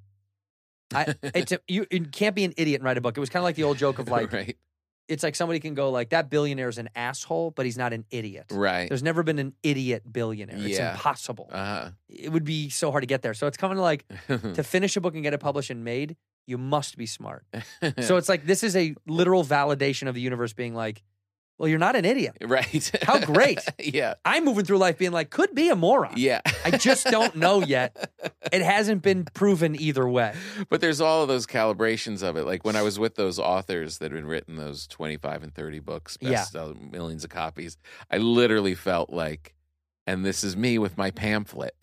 S1: I it's a, you, you can't be an idiot and write a book. It was kind of like the old joke of like
S9: right,
S1: it's like somebody can go like that billionaire is an asshole, but he's not an idiot.
S9: right.
S1: There's never been an idiot billionaire. It's
S9: Yeah.
S1: impossible.
S9: Uh Hmm.
S1: it would be so hard to get there. So it's kind of like
S9: huh.
S1: to finish a book and get it published and made, you must be smart. So it's like this is a literal validation of the universe being like, well, you're not an idiot.
S9: right.
S1: How great.
S9: yeah.
S1: I'm moving through life being like, could be a moron.
S9: Yeah.
S1: I just don't know yet. It hasn't been proven either way.
S9: But there's all of those calibrations of it. Like when I was with those authors that had written those 25 and 30 books,
S1: Yeah.
S9: best, uh, millions of copies, I literally felt like, and this is me with my pamphlet.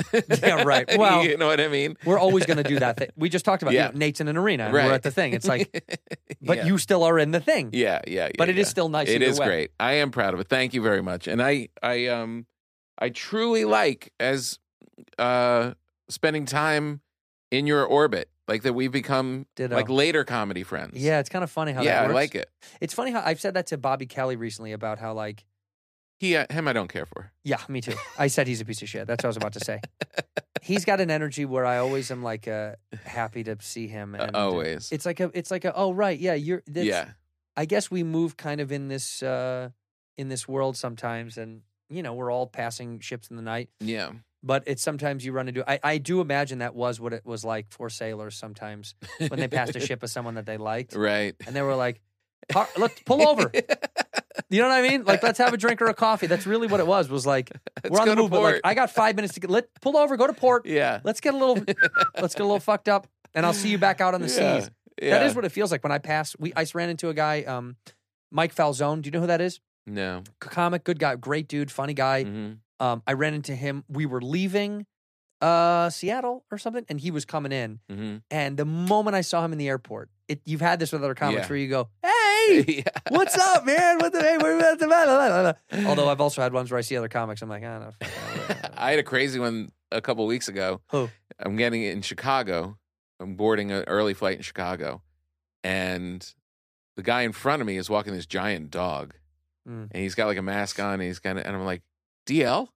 S1: Yeah, right. Well-
S9: you know what I mean?
S1: We're always going to do that. Thing. We just talked about you
S9: Yeah.
S1: know, Nate's in an arena and
S9: Right.
S1: we're at the thing. It's like, but
S9: Yeah.
S1: you still are in the thing.
S9: Yeah, yeah, yeah.
S1: But it is
S9: yeah.
S1: still nice
S9: It
S1: either
S9: is
S1: way.
S9: great. I am proud of it. Thank you very much. And I, I, um, I truly like as uh spending time in your orbit, like that. We've become
S1: Ditto.
S9: like later comedy friends.
S1: Yeah, it's kind of funny how
S9: yeah,
S1: that
S9: I
S1: works.
S9: like it.
S1: It's funny how I've said that to Bobby Kelly recently about how like
S9: He, uh, him, I don't care for.
S1: Yeah, me too. I said he's a piece of shit. That's what I was about to say. he's got an energy where I always am like uh, happy to see him.
S9: Uh,
S1: And
S9: always.
S1: it's like a, it's like a, oh right, yeah, you're. That's,
S9: yeah,
S1: I guess we move kind of in this, uh, in this world sometimes, and you know we're all passing ships in the night.
S9: yeah.
S1: But it's sometimes you run into. I, I do imagine that was what it was like for sailors sometimes when they passed a ship of someone that they liked,
S9: Right.
S1: and they were like, "Par- "Let's pull over." You know what I mean? Like, let's have a drink or a coffee. That's really what it was. Was like we're on
S9: go
S1: the
S9: to
S1: move, but like
S9: port.
S1: I got five minutes to get. Let pull over, go to port.
S9: yeah.
S1: Let's get a little, let's get a little fucked up, and I'll see you back out on the
S9: Yeah,
S1: seas. That
S9: yeah.
S1: is what it feels like when I pass. We I ran into a guy, um, Mike Falzone. Do you know who that is?
S9: No.
S1: Comic, good guy, great dude, funny guy.
S9: Mhm.
S1: Um, I ran into him. We were leaving, uh, Seattle or something, and he was coming in.
S9: Mhm.
S1: And the moment I saw him in the airport, it, you've had this with other comics
S9: Yeah.
S1: where you go, "Hey,
S9: yeah.
S1: What's up, man? What the hey, where we at the blah, blah, blah, blah. Although I've also had ones where I see other comics, I'm like, I don't know.
S9: I had a crazy one a couple weeks ago.
S1: Who?
S9: I'm getting it in Chicago. I'm boarding an early flight in Chicago, and the guy in front of me is walking this giant dog,
S1: Mm.
S9: and he's got like a mask on, and he's got, and I'm like, DL.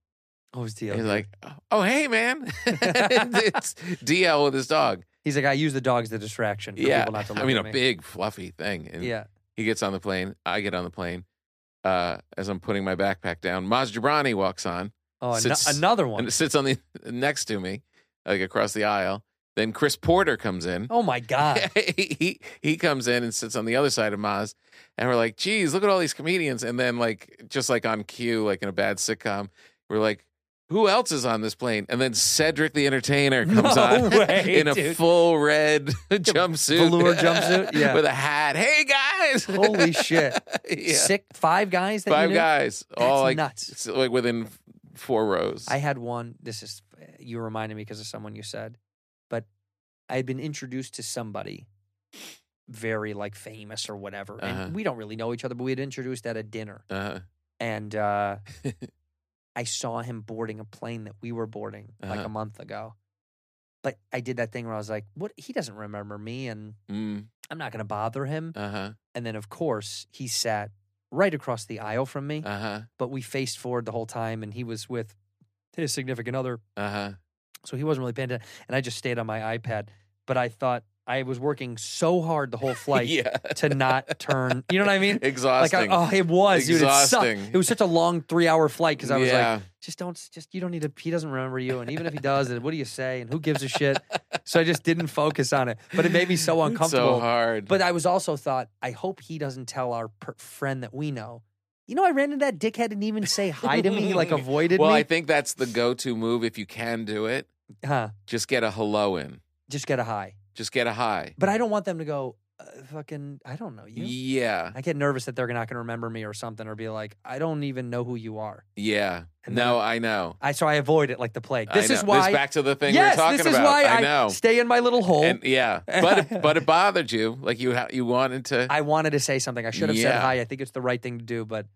S1: Oh, it's DL.
S9: And he's like, oh hey man, it's DL with his dog.
S1: he's like, I use the dog as a distraction for
S9: yeah,
S1: people not to look
S9: I mean
S1: at
S9: a
S1: me.
S9: big fluffy thing. And
S1: yeah.
S9: He gets on the plane. I get on the plane. Uh, as I'm putting my backpack down, Maz Jabrani walks on
S1: Oh, an-
S9: sits-
S1: another one.
S9: and sits on the next to me, like across the aisle. Then Chris Porter comes in.
S1: Oh my god.
S9: he he comes in and sits on the other side of Maz, and we're like, "Geez, look at all these comedians!" And then, like, just like on cue, like in a bad sitcom, we're like, "Who else is on this plane?" And then Cedric the Entertainer comes
S1: No
S9: on
S1: way,
S9: in a
S1: dude.
S9: full red jumpsuit,
S1: velour jumpsuit? Yeah.
S9: with a hat. Hey guys,
S1: Holy shit.
S9: Yeah.
S1: Sick five guys that you
S9: five
S1: knew?
S9: guys, all
S1: That's
S9: like
S1: nuts.
S9: it's like within four rows.
S1: I had one. This is you reminded me because of someone you said, but I had been introduced to somebody very like famous or whatever,
S9: Uh-huh.
S1: and we don't really know each other, but we had introduced at a dinner.
S9: uh,
S1: and uh, I saw him boarding a plane that we were boarding like
S9: Uh-huh.
S1: a month ago. But I did that thing where I was like, "What? He doesn't remember me, and
S9: Mm,
S1: I'm not going to bother him."
S9: uh huh.
S1: And then, of course, he sat right across the aisle from me,
S9: Uh huh.
S1: but we faced forward the whole time, and he was with his significant other,
S9: Uh huh.
S1: so he wasn't really paying attention. And I just stayed on my iPad, but I thought I was working so hard the whole flight
S9: yeah.
S1: to not turn. You know what I mean? Like,
S9: Exhausting.
S1: I, oh, it was, dude. It sucked.
S9: Exhausting.
S1: It was such a long three-hour flight because I was like,
S9: yeah.
S1: just don't just you don't need to he doesn't remember you and even if he does what do you say and who gives a shit so i just didn't focus on it but it made me so uncomfortable
S9: So hard.
S1: but i was also thought i hope he doesn't tell our per- friend that we know you know i ran into that dickhead and even say hi to me he, like avoided
S9: well,
S1: me
S9: I think that's the go-to move if you can do it.
S1: huh
S9: Just get a hello in.
S1: just get a hi
S9: Just get a hi.
S1: but i don't want them to go uh, fucking i don't know you
S9: Yeah.
S1: i get nervous that they're not going to remember me or something or be like i don't even know who you are
S9: Yeah.
S1: And then
S9: No, I know.
S1: i so i avoid it like the plague
S9: I
S1: this
S9: know.
S1: is why
S9: This back to the thing we
S1: yes
S9: were talking
S1: this is
S9: about.
S1: why
S9: I
S1: i,
S9: know.
S1: stay in my little hole
S9: and yeah, but it, but it bothered you, like you ha- you wanted to.
S1: I wanted to say something. I should have said
S9: Yeah.
S1: hi. I think it's the right thing to do, but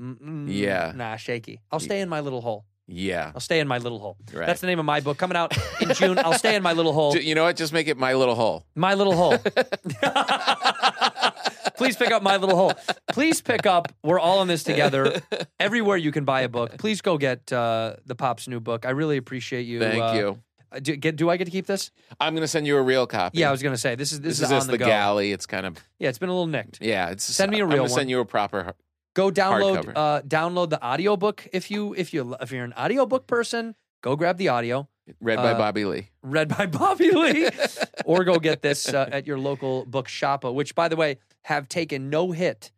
S1: mm-mm,
S9: Yeah.
S1: nah, shaky. I'll stay in my little hole.
S9: yeah,
S1: I'll stay in my little hole.
S9: Right.
S1: That's the name of my book coming out in June. I'll stay in my little hole.
S9: Ju- you know what? Just make it my little hole.
S1: My little hole. Please pick up my little hole. Please pick up. We're all in this together. Everywhere you can buy a book, please go get uh, the Pop's new book. I really appreciate you.
S9: Thank
S1: uh,
S9: you.
S1: uh, Do, get, do I get to keep this?
S9: I'm gonna send you a real copy.
S1: Yeah, I was gonna say this is this,
S9: this, is
S1: on
S9: just
S1: the,
S9: the,
S1: go.
S9: galley. It's kind of
S1: Yeah, it's been a little nicked.
S9: yeah. It's
S1: Send me a
S9: I'm
S1: real
S9: gonna
S1: one.
S9: Send you a proper.
S1: go download
S9: Hardcover.
S1: uh download the audiobook if you if you if you're an audiobook person go grab the audio
S9: Read by
S1: Uh,
S9: Bobby Lee.
S1: read by bobby lee or go get this uh, at your local book shop uh, which by the way have taken no hit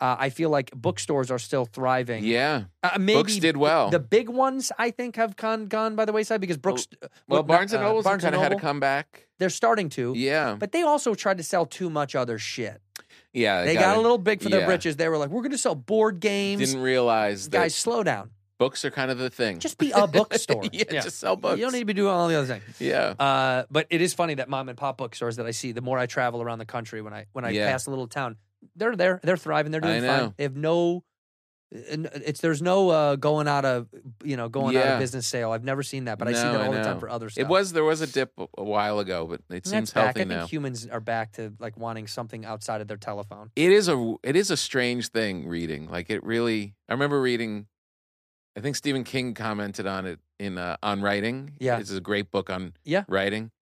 S1: uh, i feel like bookstores are still thriving
S9: Yeah.
S1: uh, maybe
S9: Books did well.
S1: the big ones i think have gone gone by the wayside because brooks
S9: Oh, Well,
S1: what-
S9: Barnes and
S1: uh,
S9: Noble
S1: Barnes
S9: kind of had a
S1: Noble,
S9: comeback.
S1: they're starting to
S9: Yeah.
S1: but they also tried to sell too much other shit
S9: yeah.
S1: they got a
S9: gotta-
S1: little big for their
S9: yeah.
S1: britches they were like we're going to sell board games
S9: Didn't realize that
S1: guys slow down
S9: books are kind of the thing.
S1: just be a bookstore.
S9: yeah, Just sell books.
S1: You don't need to be doing all the other things.
S9: yeah.
S1: Uh, but it is funny that mom and pop bookstores that I see, the more I travel around the country, when I when I
S9: Yeah.
S1: pass a little town, they're there, they're thriving, they're
S9: I
S1: doing
S9: know.
S1: fine. They have no, n- it's there's no uh, going out of you know going out of
S9: Yeah.
S1: business sale. I've never seen that, but I see
S9: No,
S1: that
S9: I
S1: all the time
S9: know.
S1: for other stuff.
S9: It was there was a dip a- a while ago, but it
S1: And that's
S9: seems
S1: back.
S9: healthy
S1: I think
S9: now.
S1: humans are back to like wanting something outside of their telephone.
S9: it is a it is a strange thing reading. Like it really. I remember reading. I think Stephen King commented on it in uh, on writing.
S1: Yeah.
S9: this is a great book on
S1: Yeah.
S9: writing,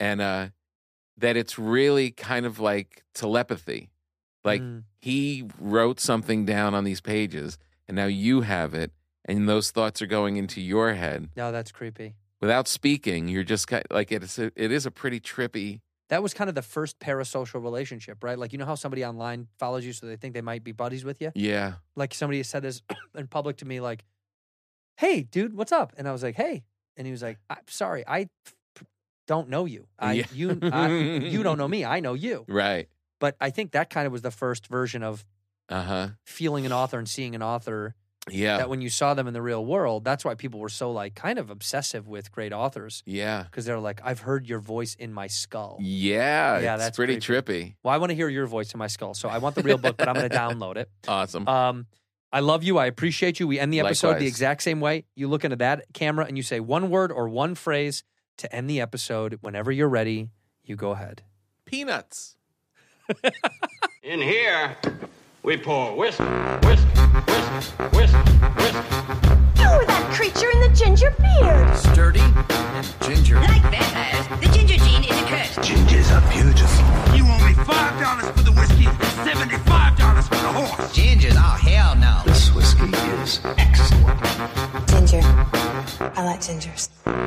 S9: and uh, that it's really kind of like telepathy. Like
S1: Mm.
S9: he wrote something down on these pages, and now you have it, and those thoughts are going into your head
S1: no, that's creepy.
S9: without speaking. You're just ki- like it's a, it is a pretty trippy.
S1: That was kind of the first parasocial relationship, right? Like you know how somebody online follows you, so they think they might be buddies with you.
S9: Yeah.
S1: like somebody said this in public to me, like, "Hey, dude, what's up?" And I was like, "Hey," and he was like, "I'm sorry, I p- don't know you. I
S9: Yeah.
S1: you I, you don't know me. I know you."
S9: Right.
S1: But I think that kind of was the first version of
S9: Uh huh.
S1: feeling an author and seeing an author.
S9: Yeah.
S1: That when you saw them in the real world, that's why people were so like kind of obsessive with great authors
S9: yeah.
S1: because they're like, "I've heard your voice in my skull."
S9: Yeah.
S1: Yeah,
S9: It's
S1: that's
S9: pretty trippy.
S1: Well, I want to hear your voice in my skull, so I want the real book, but I'm going to download it.
S9: Awesome.
S1: Um, I love you. I appreciate you. We end the episode the
S9: Likewise.
S1: exact same way. You look into that camera and you say one word or one phrase to end the episode. Whenever you're ready, you go ahead.
S9: Peanuts.
S2: In here, we pour whisk, whisk, whisk, whisk, whisk.
S3: You were Oh, that creature in the ginger beard.
S4: Sturdy and ginger.
S5: Like vampires, the ginger gene is a curse.
S6: Gingers are beautiful.
S7: You owe me five dollars for the whiskey and seventy-five dollars for the horse.
S4: Gingers. Oh, hell no.
S6: This whiskey is excellent.
S8: Ginger. I like gingers.